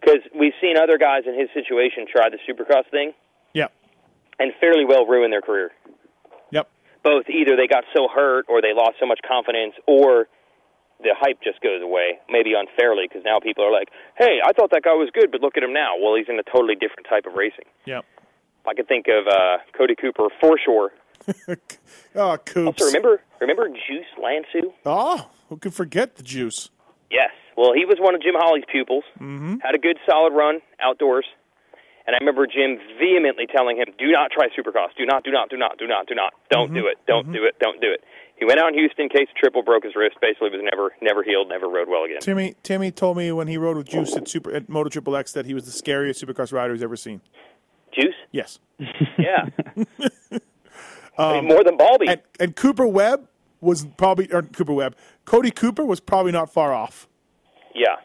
Because we've seen other guys in his situation try the supercross thing Yep, and fairly well ruin their career. yep, both either they got so hurt or they lost so much confidence or the hype just goes away, maybe unfairly, because now people are like, hey, I thought that guy was good, but look at him now. Well, he's in a totally different type of racing. Yep. I could think of uh, Cody Cooper for sure. oh, Coops. Also, remember remember Juice Lansu? Oh, who could forget the juice? Yes. Well, he was one of Jim Holly's pupils. Mm-hmm. Had a good, solid run outdoors. And I remember Jim vehemently telling him, "Do not try Supercross. Do not, do not, do not, do not, do not. Don't do it. Don't do it. Don't do it." He went out in Houston, case triple, broke his wrist. Basically, was never, never healed, never rode well again. Timmy Timmy told me when he rode with Juice at Super at Moto Triple X that he was the scariest supercross rider he's ever seen. Juice? Yes. Yeah. I mean, more than Baldy. And and Cooper Webb was probably or Cooper Webb. Cody Cooper was probably not far off. yeah.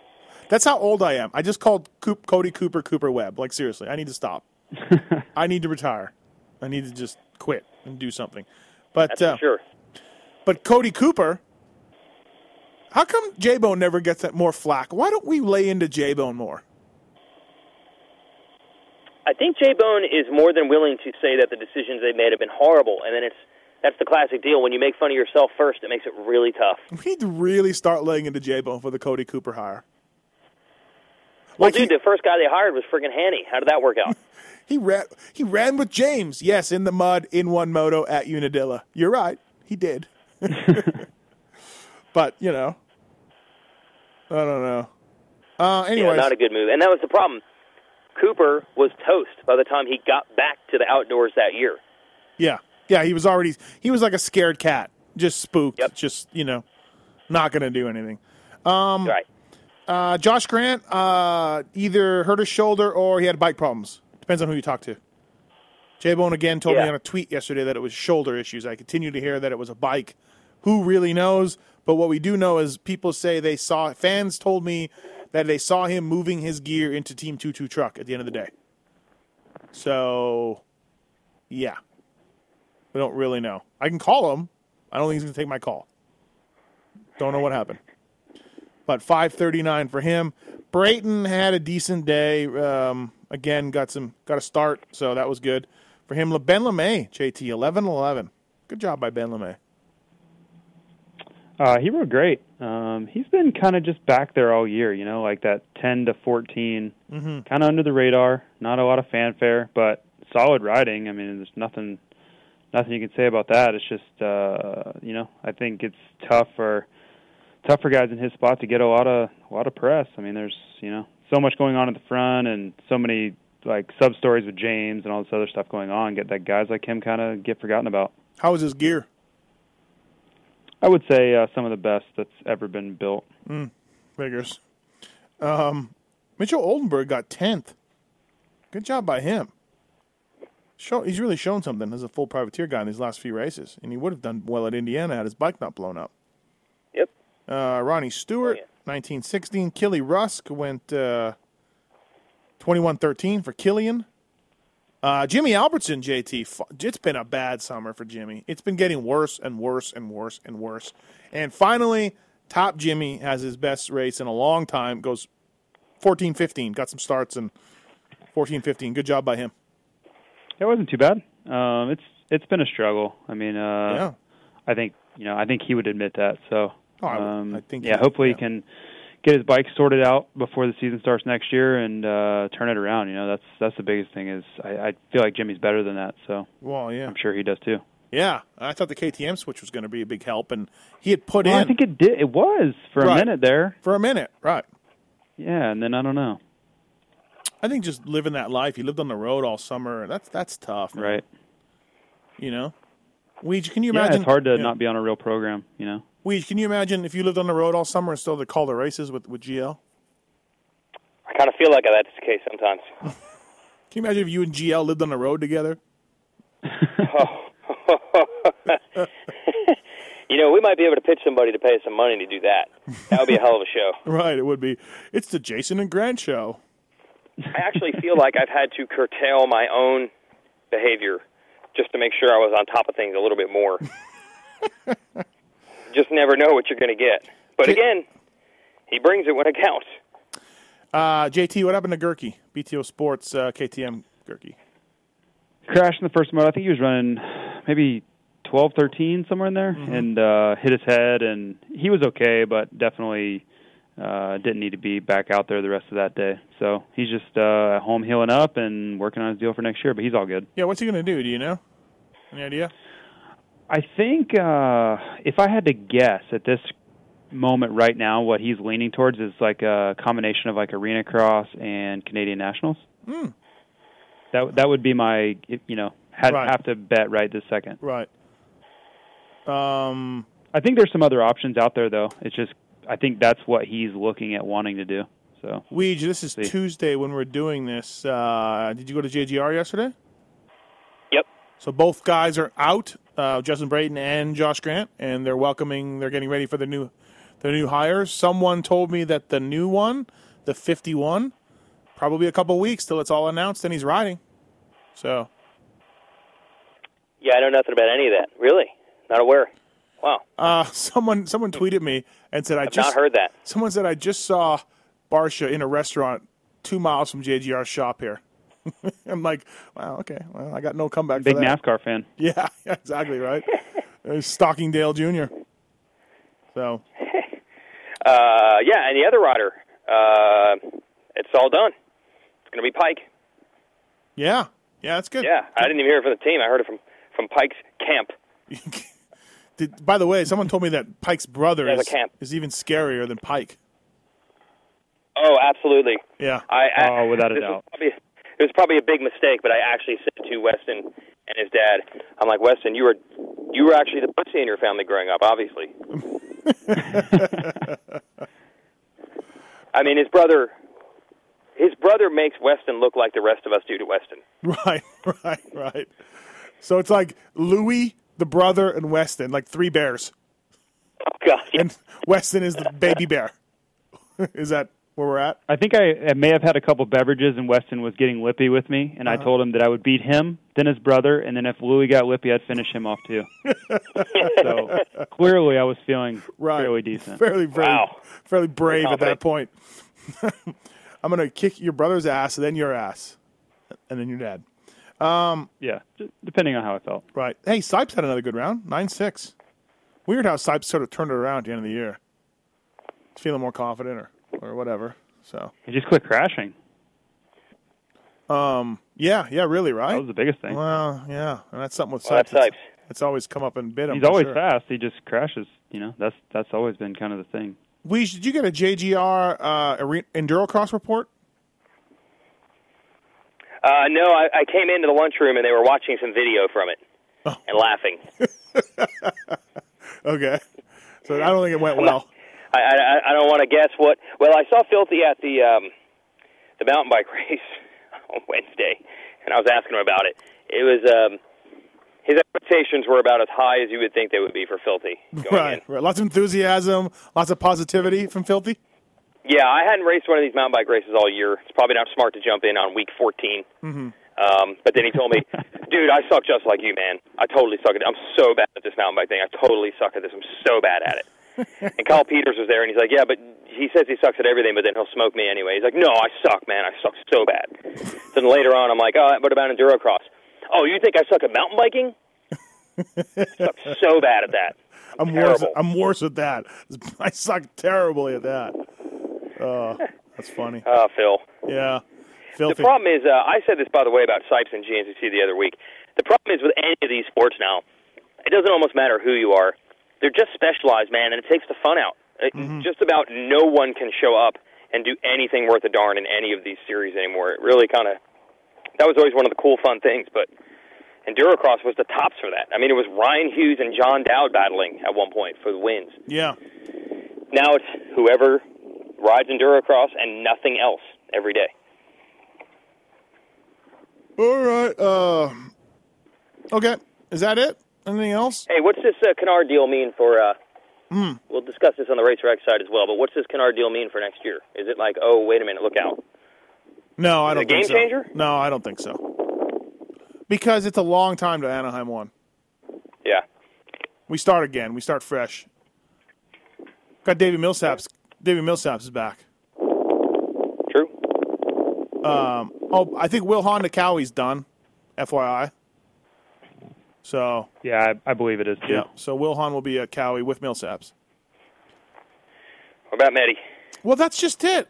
That's how old I am. I just called Coop, Cody Cooper Cooper Webb. Like seriously, I need to stop. I need to retire. I need to just quit and do something. But That's uh, for sure. But Cody Cooper, how come J Bone never gets that more flack? Why don't we lay into J Bone more? I think Jay Bone is more than willing to say that the decisions they made have been horrible, and then it's that's the classic deal. When you make fun of yourself first, it makes it really tough. We need to really start laying into J Bone for the Cody Cooper hire. Well, Like he- dude, the first guy they hired was friggin' Hanny. How did that work out? He ran. He ran with James. Yes, in the mud, in one moto at Unadilla. You're right. He did. but you know, I don't know. Uh, Yeah, anyways, not a good move. And that was the problem. Cooper was toast by the time he got back to the outdoors that year. yeah, yeah. He was already. He was like a scared cat, just spooked. Yep. Just you know, not gonna do anything. Um, right. Uh, Josh Grant uh, either hurt his shoulder or he had bike problems. Depends on who you talk to. J Bone again told me Yeah. on a tweet yesterday that it was shoulder issues. I continue to hear that it was a bike. Who really knows? But what we do know is people say they saw fans told me that they saw him moving his gear into Team 2 2 truck at the end of the day. So, yeah. We don't really know. I can call him. I don't think he's going to take my call. Don't know what happened but 539 for him. Brayton had a decent day. Um, again, got some got a start, so that was good for him. Le- Ben LeMay, JT, 11-11. Good job by Ben LeMay. Uh, he rode great. Um, he's been kind of just back there all year, you know, like that 10 to 14, kind of under the radar, not a lot of fanfare, but solid riding. I mean, there's nothing, nothing you can say about that. It's just, uh, you know, I think it's tough for, tough for guys in his spot to get a lot of, a lot of press. I mean, there's, you know, so much going on at the front and so many like sub stories with James and all this other stuff going on. Get that guys like him kind of get forgotten about. How was his gear? I would say uh, some of the best that's ever been built. Figures. Um, Mitchell Oldenburg got 10th. Good job by him. Show, he's really shown something as a full privateer guy in these last few races, and he would have done well at Indiana had his bike not blown up. Yep. Uh, Ronnie Stewart, Yeah. 1916. Killy Rusk went uh, 21-13 for Killian. Uh, Jimmy Albertson, JT. fu- It's been a bad summer for Jimmy. It's been getting worse and worse and worse and worse. And finally, Top Jimmy has his best race in a long time. Goes 14-15. Got some starts and 14-15. Good job by him. It wasn't too bad. Um, it's it's been a struggle. I mean, uh, Yeah. I think you know I think he would admit that. So Oh, I would- um, I think yeah, he- hopefully yeah. he can get his bike sorted out before the season starts next year and uh, turn it around. You know, that's that's the biggest thing is I, I feel like Jimmy's better than that. So Well, yeah. I'm sure he does too. Yeah. I thought the KTM switch was going to be a big help, and he had put Well, in I think it did. It was for Right. a minute there. for a minute. Right. Yeah, and then I don't know. I think just living that life. He lived on the road all summer. That's that's tough, man. Right. You know, Weege, can you Yeah, imagine? it's hard to yeah. not be on a real program. You know. Weege, can you imagine if you lived on the road all summer and still to call the races with with GL? I kind of feel like that's the case sometimes. Can you imagine if you and GL lived on the road together? You know, we might be able to pitch somebody to pay us some money to do that. That would be a hell of a show. Right. It would be. It's the Jason and Grant show. I actually feel like I've had to curtail my own behavior just to make sure I was on top of things a little bit more. just never know what you're going to get. But again, he brings it when it counts. Uh, JT, what happened to Gurkey? BTO Sports uh, KTM Gurkey. crashed in the first moto. I think he was running maybe 12, 13, somewhere in there, and uh, hit his head. And he was okay, but definitely uh, didn't need to be back out there the rest of that day. So he's just uh, at home healing up and working on his deal for next year. But he's all good. Yeah, what's he going to do? Do you know? Any idea? I think uh, if I had to guess at this moment right now, what he's leaning towards is like a combination of like arena cross and Canadian nationals. That that would be my you know had Right. have to bet right this second. Right. Um. I think there's some other options out there though. It's just I think that's what he's looking at wanting to do. So Weege, this is Tuesday when we're doing this. Uh, did you go to JGR yesterday? Yep. So both guys are out, uh, Justin Braden and Josh Grant, and they're welcoming. They're getting ready for the new, their new hires. Someone told me that the new one, the 51, probably a couple weeks till it's all announced and he's riding. So Yeah, I know nothing about any of that. Really? Not aware. Wow. I've uh, someone someone tweeted me and said I not just heard that. someone said I just saw Barsha in a restaurant two miles from JGR's shop here. I'm like, wow, okay. Well, I got no comeback. big for that. NASCAR fan. Yeah, exactly right. There's Stockingdale Jr. So Uh, yeah, and the other rider, uh, it's all done. It's going to be Pike. yeah, yeah, that's good. Yeah, I didn't even hear it from the team. I heard it from from Pike's camp. Did, by the way, someone told me that Pike's brother Yeah, the is, camp. is even scarier than Pike. Oh, absolutely. Yeah, I, I Oh, without a this doubt. Was probably, it was probably a big mistake, but I actually said to Weston and his dad, "I'm like Weston, you were you were actually the pussy in your family growing up, obviously." I mean, his brother, his brother makes Weston look like the rest of us do to Weston. right, right, right. So it's like Louis, the brother, and Weston, like three bears, Oh God, yeah. and Weston is the baby bear. is that where we're at? I think I, I may have had a couple beverages and Weston was getting lippy with me, and Uh-huh. I told him that I would beat him, then his brother, and then if Louis got lippy, I'd finish him off too. so clearly, I was feeling Right, fairly decent. fairly, fairly, Wow. fairly brave at that Confident. point. I'm gonna kick your brother's ass, then your ass, and then your dad. Yeah, d- depending on how I felt. Right. Hey, Sipes had another good round, nine six. Weird how Sipes sort of turned it around at the end of the year. He's feeling more confident or, or whatever. So He just quit crashing. yeah, yeah, really, That right? was the biggest thing. Well, yeah, and that's something with Sipes. Well, that's It's- Sipes. It's always come up and bit him. He's for always sure. fast. He just crashes. You know, that's that's always been kind of the thing. Weege, did you get a JGR uh, Are- Endurocross report? Uh, no, I, I came into the lunchroom and they were watching some video from it Oh. and laughing. Okay, so I don't think it went well. I, I I- I don't want to guess what. Well, I saw Filthy at the um, the mountain bike race on Wednesday, and I was asking him about it. It was um, his expectations were about as high as you would think they would be for Filthy. Going Right, in. right. Lots of enthusiasm, lots of positivity from Filthy. Yeah, I hadn't raced one of these mountain bike races all year. It's probably not smart to jump in on week 14. Mm-hmm. Um, but then he told me, dude, I suck just like you, man. I totally suck at it. I'm so bad at this mountain bike thing. I totally suck at this. I'm so bad at it. and Kyle Peters was there, and he's like, yeah, but he says he sucks at everything, but then he'll smoke me anyway. He's like, no, I suck, man. I suck so bad. then later on, I'm like, oh, what about Endurocross? Oh, you think I suck at mountain biking? I suck so bad at that. I'm worse. Terrible. I'm worse at that. I suck terribly at that. Uh, that's funny. Oh, Phil. Yeah. Filthy. The problem is, uh, I said this by the way about Sipes and GNCC the other week. The problem is with any of these sports now, it doesn't almost matter who you are. They're just specialized, man, and it takes the fun out. It, Just about no one can show up and do anything worth a darn in any of these series anymore. It really kind of that was always one of the cool, fun things. But Endurocross was the tops for that. I mean, it was Ryan Hughes and John Dowd battling at one point for the wins. yeah. Now it's whoever rides Endurocross and nothing else every day. All right. Uh, okay. Is that it? Anything else? Hey, what's this uh, Canard deal mean for? Uh, We'll discuss this on the Racer X side as well. But what's this Canard deal mean for next year? Is it like, oh, wait a minute, look out? No, I Is it don't. a game think so. changer? No, I don't think so. Because it's a long time to Anaheim one. Yeah, We start again. We start fresh. Got Davy Millsaps. Davy Millsaps is back. true. Um, oh, I think Will Honda Cowie's done. FYI. So Yeah, I, I believe it is too. yeah, so Wilhon will be at Cowie with Millsaps. What about Medi? Well, that's just it.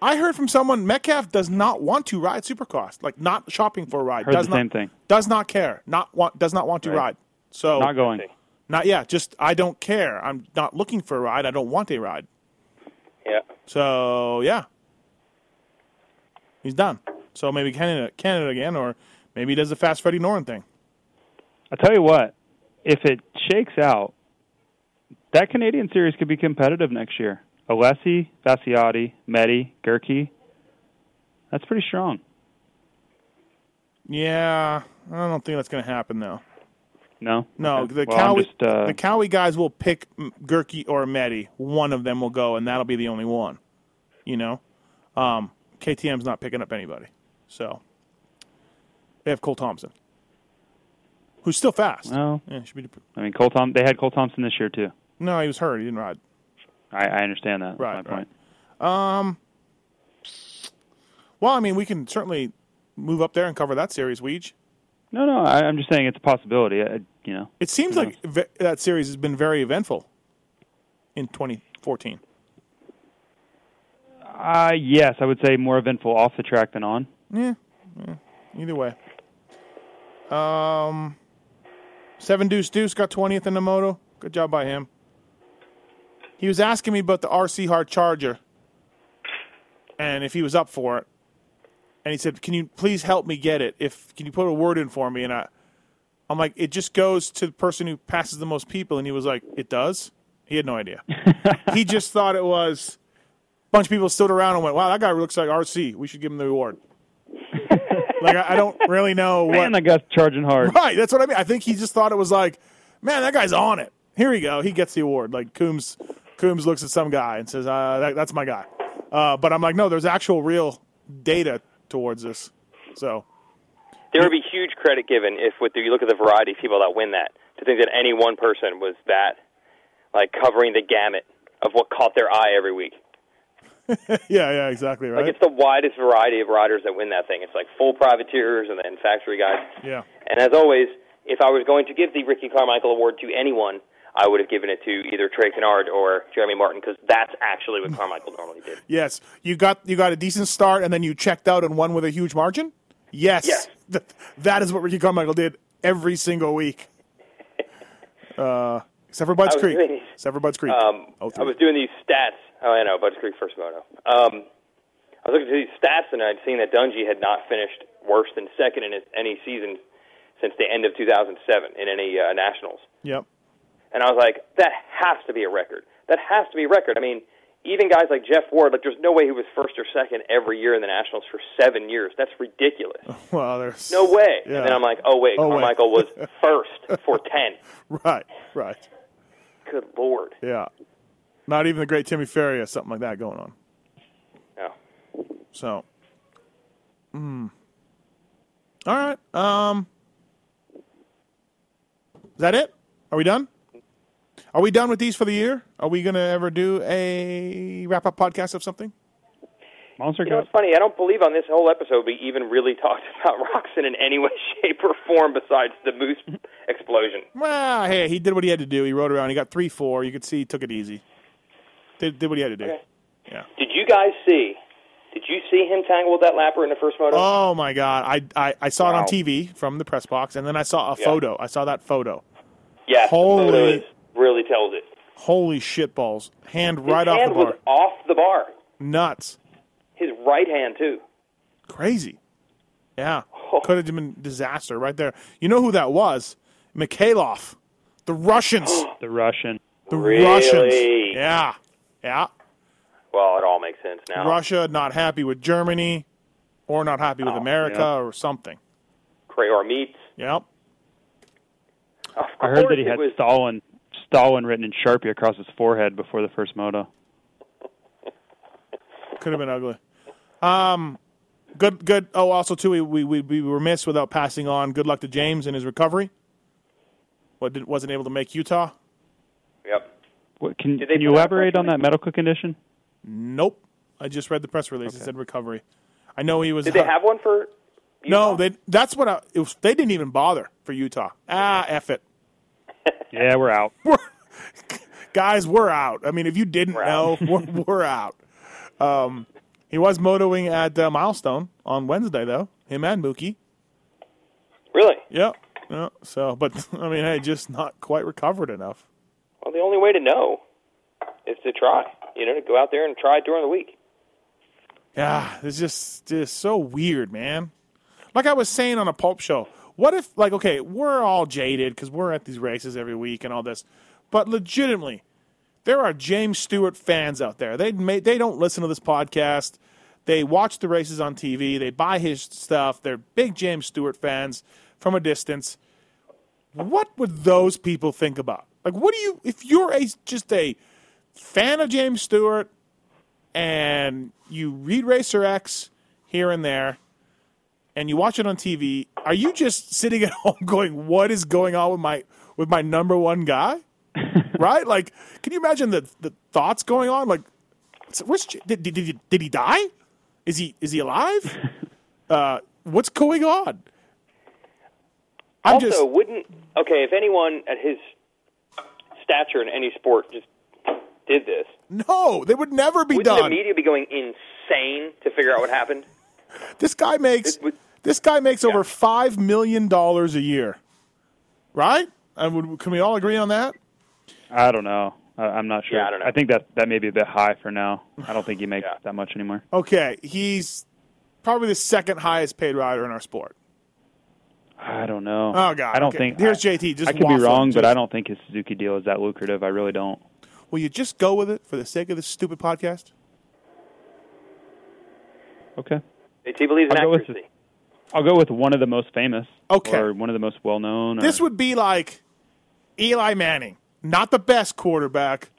I heard from someone Metcalf does not want to ride Supercross, like not shopping for a ride. Heard does the not, same thing. Does not care. Not want. Does not want to Right. ride. So Not going. Not yeah. Just I don't care. I'm not looking for a ride. I don't want a ride. Yeah. So yeah, he's done. So maybe Canada, Canada again, or maybe he does the fast Freddie Norton thing. I'll tell you what, if it shakes out, that Canadian series could be competitive next year. Alessi, Vasiotti, Medi, Gerke. That's pretty strong. Yeah, I don't think that's going to happen though. No? No, Okay. the well, I'm Cowie just, uh, the Cowie guys will pick M- Gurkey or Meddy. One of them will go, and that'll be the only one. You know, um, KTM's not picking up anybody, so they have Cole Thompson, who's still fast. Well. yeah, should be. I mean, Cole Tom, they had Cole Thompson this year, too. No, he was hurt. He didn't ride. I, I understand that. That's Right, my point. Well, I mean, we can certainly move up there and cover that series, Weege. No, no, I, I'm just saying it's a possibility. I, you know, It seems like ve- that series has been very eventful in 2014. uh, yes, I would say more eventful off the track than on. Yeah, yeah. either way. Um, Seven Deuce Deuce got 20th in the moto. Good job by him. He was asking me about the RC Hard Charger and if he was up for it. And he said, "Can you please help me get it? If can you put a word in for me?" And I, I'm like, "It just goes to the person who passes the most people." And he was like, "It does." He had no idea. he just thought it was a bunch of people stood around and went, "Wow, that guy looks like RC. We should give him the award." like I, I don't really know what. Man, that guy's charging hard. Right, that's what I mean. I think he just thought it was like, man, that guy's on it. Here we go. He gets the award. Like Coombs, Coombs looks at some guy and says, uh, that, "That's my guy." Uh, but I'm like, no, there's actual real data towards this. So There would be huge credit given if, with you look at the variety of people that win that, to think that any one person was that, like covering the gamut of what caught their eye every week. yeah, yeah, exactly right. Like it's the widest variety of riders that win that thing. It's like full privateers and then factory guys. yeah, And as always, if I was going to give the Ricky Carmichael Award to anyone, I would have given it to either Trey Kennard or Jeremy Martin because that's actually what Carmichael normally did. yes. Hmm. You got you got a decent start, and then you checked out and won with a huge margin. Yes, Yes. Th- that is what Ricky Carmichael did every single week. Uh, except for Bud's was Creek. doing- Except for Bud's Creek. Um, Oh, I three. was doing these stats. Oh, I know, Bud's Creek first moto. Um, I was looking through these stats, and I'd seen that Dungy had not finished worse than second in his, any season since the end of 2007 in any uh, nationals. yep. And I was like, that has to be a record. That has to be a record. I mean, even guys like Jeff Ward, like there's no way he was first or second every year in the nationals for seven years. That's ridiculous. Well, there's No way. Yeah. And then I'm like, oh wait, Oh, wait. Carmichael was first for ten. Right, right. Good lord. Yeah. Not even the great Timmy Ferry or something like that going on. No. So, mm. all right. Um, is that it? Are we done? Are we done with these for the year? Are we going to ever do a wrap up podcast of something? Monster You know, Cup. it's funny. I don't believe on this whole episode we even really talked about Roxon in any way, shape, or form besides the moose explosion. Well, hey, he did what he had to do. He rode around. He got three, four. You could see he took it easy. Did, did what he had to do. Okay. Did you guys see? Did you see him tangle with that lapper in the first moto? Oh my god! I I, I saw it on Wow. TV from the press box, and then I saw a Yeah. photo. I saw that photo. yeah, holy- the photo is, really tells it. Holy shit balls! Hand right His off hand the bar. was off the bar. Nuts. His right hand too. Crazy. Yeah. Oh. Could have been disaster right there. You know who that was? Mikhailov. The Russians. The Russian. The Really? Russians. Yeah. Yeah. Well, it all makes sense now. Russia not happy with Germany or not happy Oh, with America yeah. or something. Krayor meets. Yep. Of I heard that course he it had was- Stalin Stalin written in Sharpie across his forehead before the first moto. Could have been ugly. Um good good oh also too we we we we were missed without passing on good luck to James in his recovery. What did, wasn't able to make Utah? Yep. What, can Did they can you put out a elaborate press on that medical condition? Nope. I just read the press release. It said recovery. I know he was Did they have one for No, Utah. they. That's what I. It was, they didn't even bother for Utah. Ah, f it. Yeah, we're out. guys, we're out. I mean, if you didn't We're know, out. we're, we're out. Um, he was motoring at uh, Milestone on Wednesday, though. Him and Mookie. Really? Yep. Yeah, so, but I mean, hey, just not quite recovered enough. Well, the only way to know is to try. You know, to go out there and try during the week. Yeah, it's just just so weird, man. Like I was saying on a pulp show, what if like okay, we're all jaded because we're at these races every week and all this, but legitimately, there are James Stewart fans out there. They may, they don't listen to this podcast. They watch the races on TV. They buy his stuff. They're big James Stewart fans from a distance. What would those people think about? Like, what do you if you're a just a fan of James Stewart? and you read Racer X here and there, and you watch it on TV, are you just sitting at home going, "What is going on with my with my number one guy?" right? Like, can you imagine the the thoughts going on? Like, so where's J- did, did, did, did he die? Is he is he alive? uh, what's going on? I'm also, just wouldn't okay if anyone at his stature in any sport just did this? no. They would never be Wouldn't the done. media be going insane to figure out what happened? This guy makes It would- this guy makes over five million dollars a year, right? And would, can we all agree on that? I don't know. I, I'm not sure. Yeah, I don't know. think that that may be a bit high for now. I don't think he makes Yeah. that much anymore. Okay, he's probably the second highest paid rider in our sport. I don't know. Oh, God, I don't okay. think. Here's I- JT, just I could be waffling, wrong, but just- I don't think his Suzuki deal is that lucrative. I really don't. Will you just go with it for the sake of this stupid podcast? Okay. He believes in I'll go with accuracy. I'll go with one of the most famous. Okay. Or one of the most well known. This would be like Eli Manning, not the best quarterback,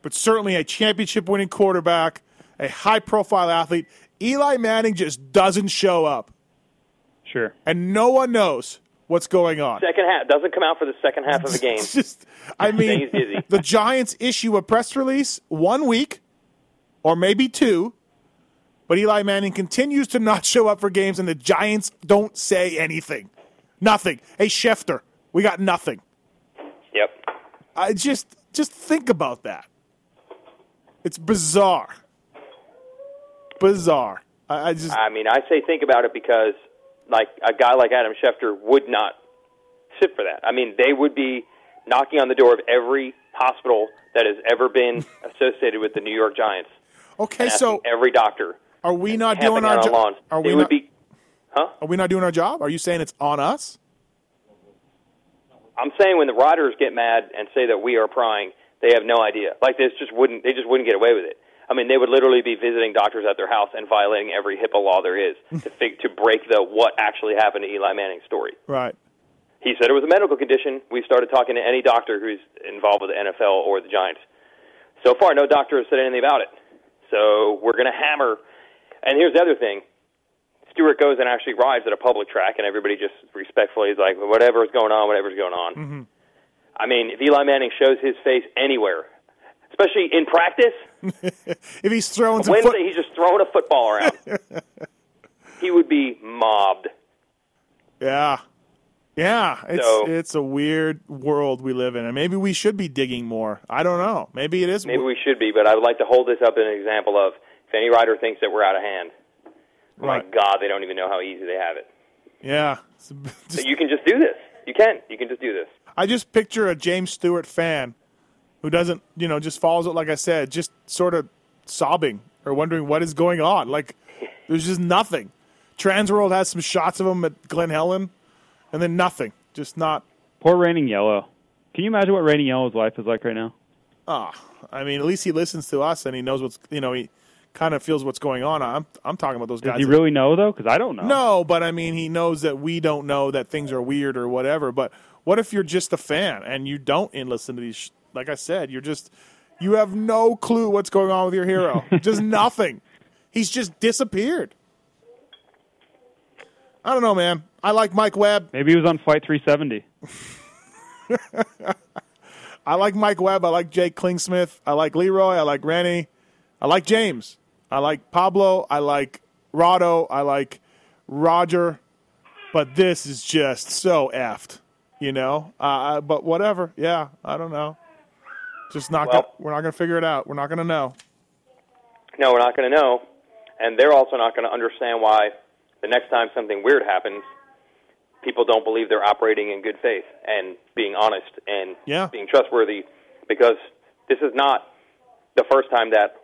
but certainly a championship winning quarterback, a high profile athlete. Eli Manning just doesn't show up, Sure. and no one knows what's going on. Second half doesn't come out for the second half of the game. It's just, I mean, He's dizzy. the Giants issue a press release one week, or maybe two, but Eli Manning continues to not show up for games, and the Giants don't say anything. Nothing. Hey, Schefter, we got nothing. Yep. I just, just think about that. It's bizarre. Bizarre. I, I just, I mean, I say think about it because, like, a guy like Adam Schefter would not sit for that. I mean, they would be knocking on the door of every hospital that has ever been associated with the New York Giants. okay, asking so every doctor are we not doing camping our out on job? lawns. Are they we would not, be. Huh? are we not doing our job? Are you saying it's on us? I'm saying when the riders get mad and say that we are prying, they have no idea. Like this just wouldn't they just wouldn't get away with it. I mean, they would literally be visiting doctors at their house and violating every HIPAA law there is to fig- to break the what actually happened to Eli Manning story. Right. He said it was a medical condition. We started talking to any doctor who's involved with the NFL or the Giants. So far, no doctor has said anything about it. So we're going to hammer. And here's the other thing. Stewart goes and actually rides at a public track, and everybody just respectfully is like, whatever's going on, whatever's going on. I mean, if Eli Manning shows his face anywhere, especially in practice, If he's throwing some foot, Wednesday he's just throwing a football around. he would be mobbed. Yeah. Yeah, it's So- it's a weird world we live in, and maybe we should be digging more. I don't know. Maybe it is. Maybe we should be, but I would like to hold this up as an example of if any rider thinks that we're out of hand, right. my God, they don't even know how easy they have it. Yeah, It's- just- But you can just do this. You can. You can just do this. I just picture a James Stewart fan who doesn't, you know, just follows it. Like I said, just sort of sobbing or wondering what is going on. Like there's just nothing. Transworld has some shots of him at Glen Helen, and then nothing. Just not. Poor Raining Yellow. Can you imagine what Raining Yellow's life is like right now? Ah, I mean, at least he listens to us and he knows what's, you know, he kind of feels what's going on. I'm I'm talking about those Does guys. he that- really know, though? Because I don't know. No, but I mean, he knows that we don't know that things are weird or whatever. But what if you're just a fan and you don't and listen to these? Sh- like I said, you're just you have no clue what's going on with your hero. just nothing. He's just disappeared. I don't know, man. I like Mike Webb. Maybe he was on Flight 370. I like Mike Webb. I like Jake Klingsmith. I like Leroy. I like Rennie. I like James. I like Pablo. I like Rado. I like Roger. But this is just so effed, you know. Uh, I- but whatever. Yeah, I don't know. Just not. Well- gonna, we're not gonna figure it out. We're not gonna know. No, we're not going to know. And they're also not going to understand why the next time something weird happens, people don't believe they're operating in good faith and being honest and Yeah. being trustworthy because this is not the first time that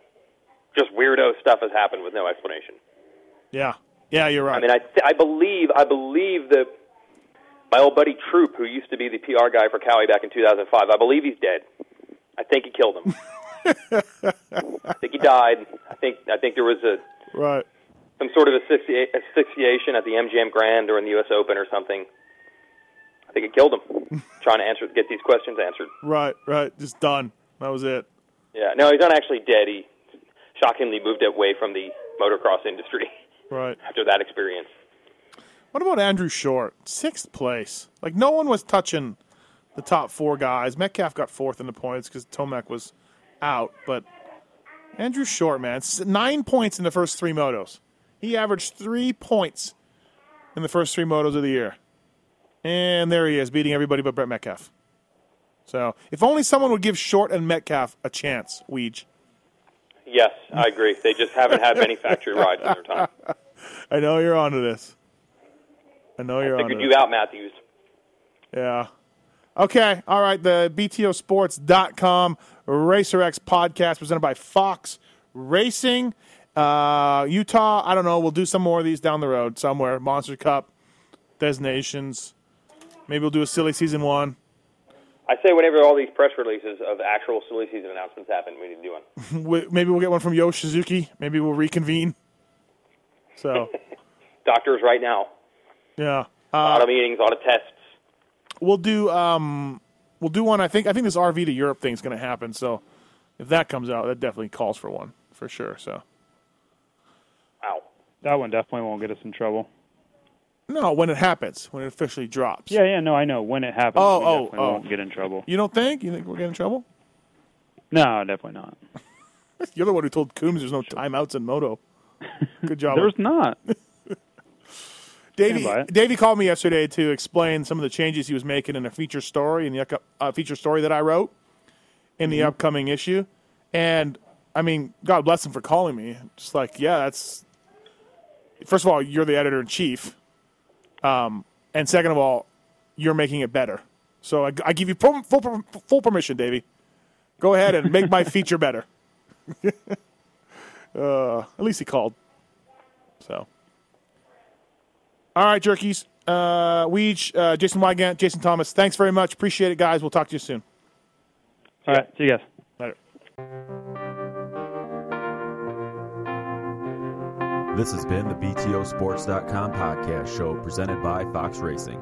just weirdo stuff has happened with no explanation. Yeah. Yeah, you're right. I mean, I, th- I believe I believe that my old buddy Troop, who used to be the PR guy for Cowie back in 2005, I believe he's dead. I think he killed him. I think he died. I think I think there was a right. some sort of asphyxia- asphyxiation at the MGM Grand or in the U.S. Open or something. I think it killed him. trying to answer, get these questions answered. Right. Right. Just done. That was it. Yeah, no, he's not actually dead. He shockingly moved away from the motocross industry Right. after that experience. What about Andrew Short? Sixth place. Like no one was touching the top four guys. Metcalf got fourth in the points because Tomek was out, but Andrew Short, man, s- nine points in the first three motos. He averaged three points in the first three motos of the year, and there he is, beating everybody but Brett Metcalf. So, if only someone would give Short and Metcalf a chance, Weege. Yes, I agree. They just haven't had many factory rides in their time. I know you're onto this. I know you're onto Figured this. you out, Matthews. Yeah. Okay. All right. The BTOsports.com Racer X podcast presented by Fox Racing. Uh, Utah, I don't know. We'll do some more of these down the road somewhere. Monster Cup, Designations. Maybe we'll do a silly season one. I say whenever all these press releases of actual silly season announcements happen, we need to do one. We- Maybe we'll get one from Yo Suzuki. Maybe we'll reconvene. So, Doctors right now. yeah. Uh, A lot of meetings, a lot of tests. we'll do um we'll do one. I think I think this RV to Europe thing's going to happen. So if that comes out, that definitely calls for one for sure. So Ow. That one definitely won't get us in trouble. no, when it happens, when it officially drops. Yeah, yeah, no, I know when it happens. Oh, we oh, definitely oh. won't get in trouble. You don't think? You think we're getting in trouble? No, definitely not. You're the one who told Coombs there's no timeouts in moto. Good job. There's not. Davey, Stand by it. Davey called me yesterday to explain some of the changes he was making in a feature story in the upco- uh, feature story that I wrote in the upcoming issue, and I mean, God bless him for calling me. Just like, yeah, that's first of all, you're the editor in chief, um, and second of all, you're making it better. So I, I give you full, full, per- full permission, Davey. Go ahead and make my feature better. uh, at least he called. So. All right, jerkies. Uh, Weege, uh, Jason Wygant, Jason Thomas. Thanks very much. Appreciate it, guys. We'll talk to you soon. All right, see you guys. Later. This has been the BTOsports.com podcast show presented by Fox Racing.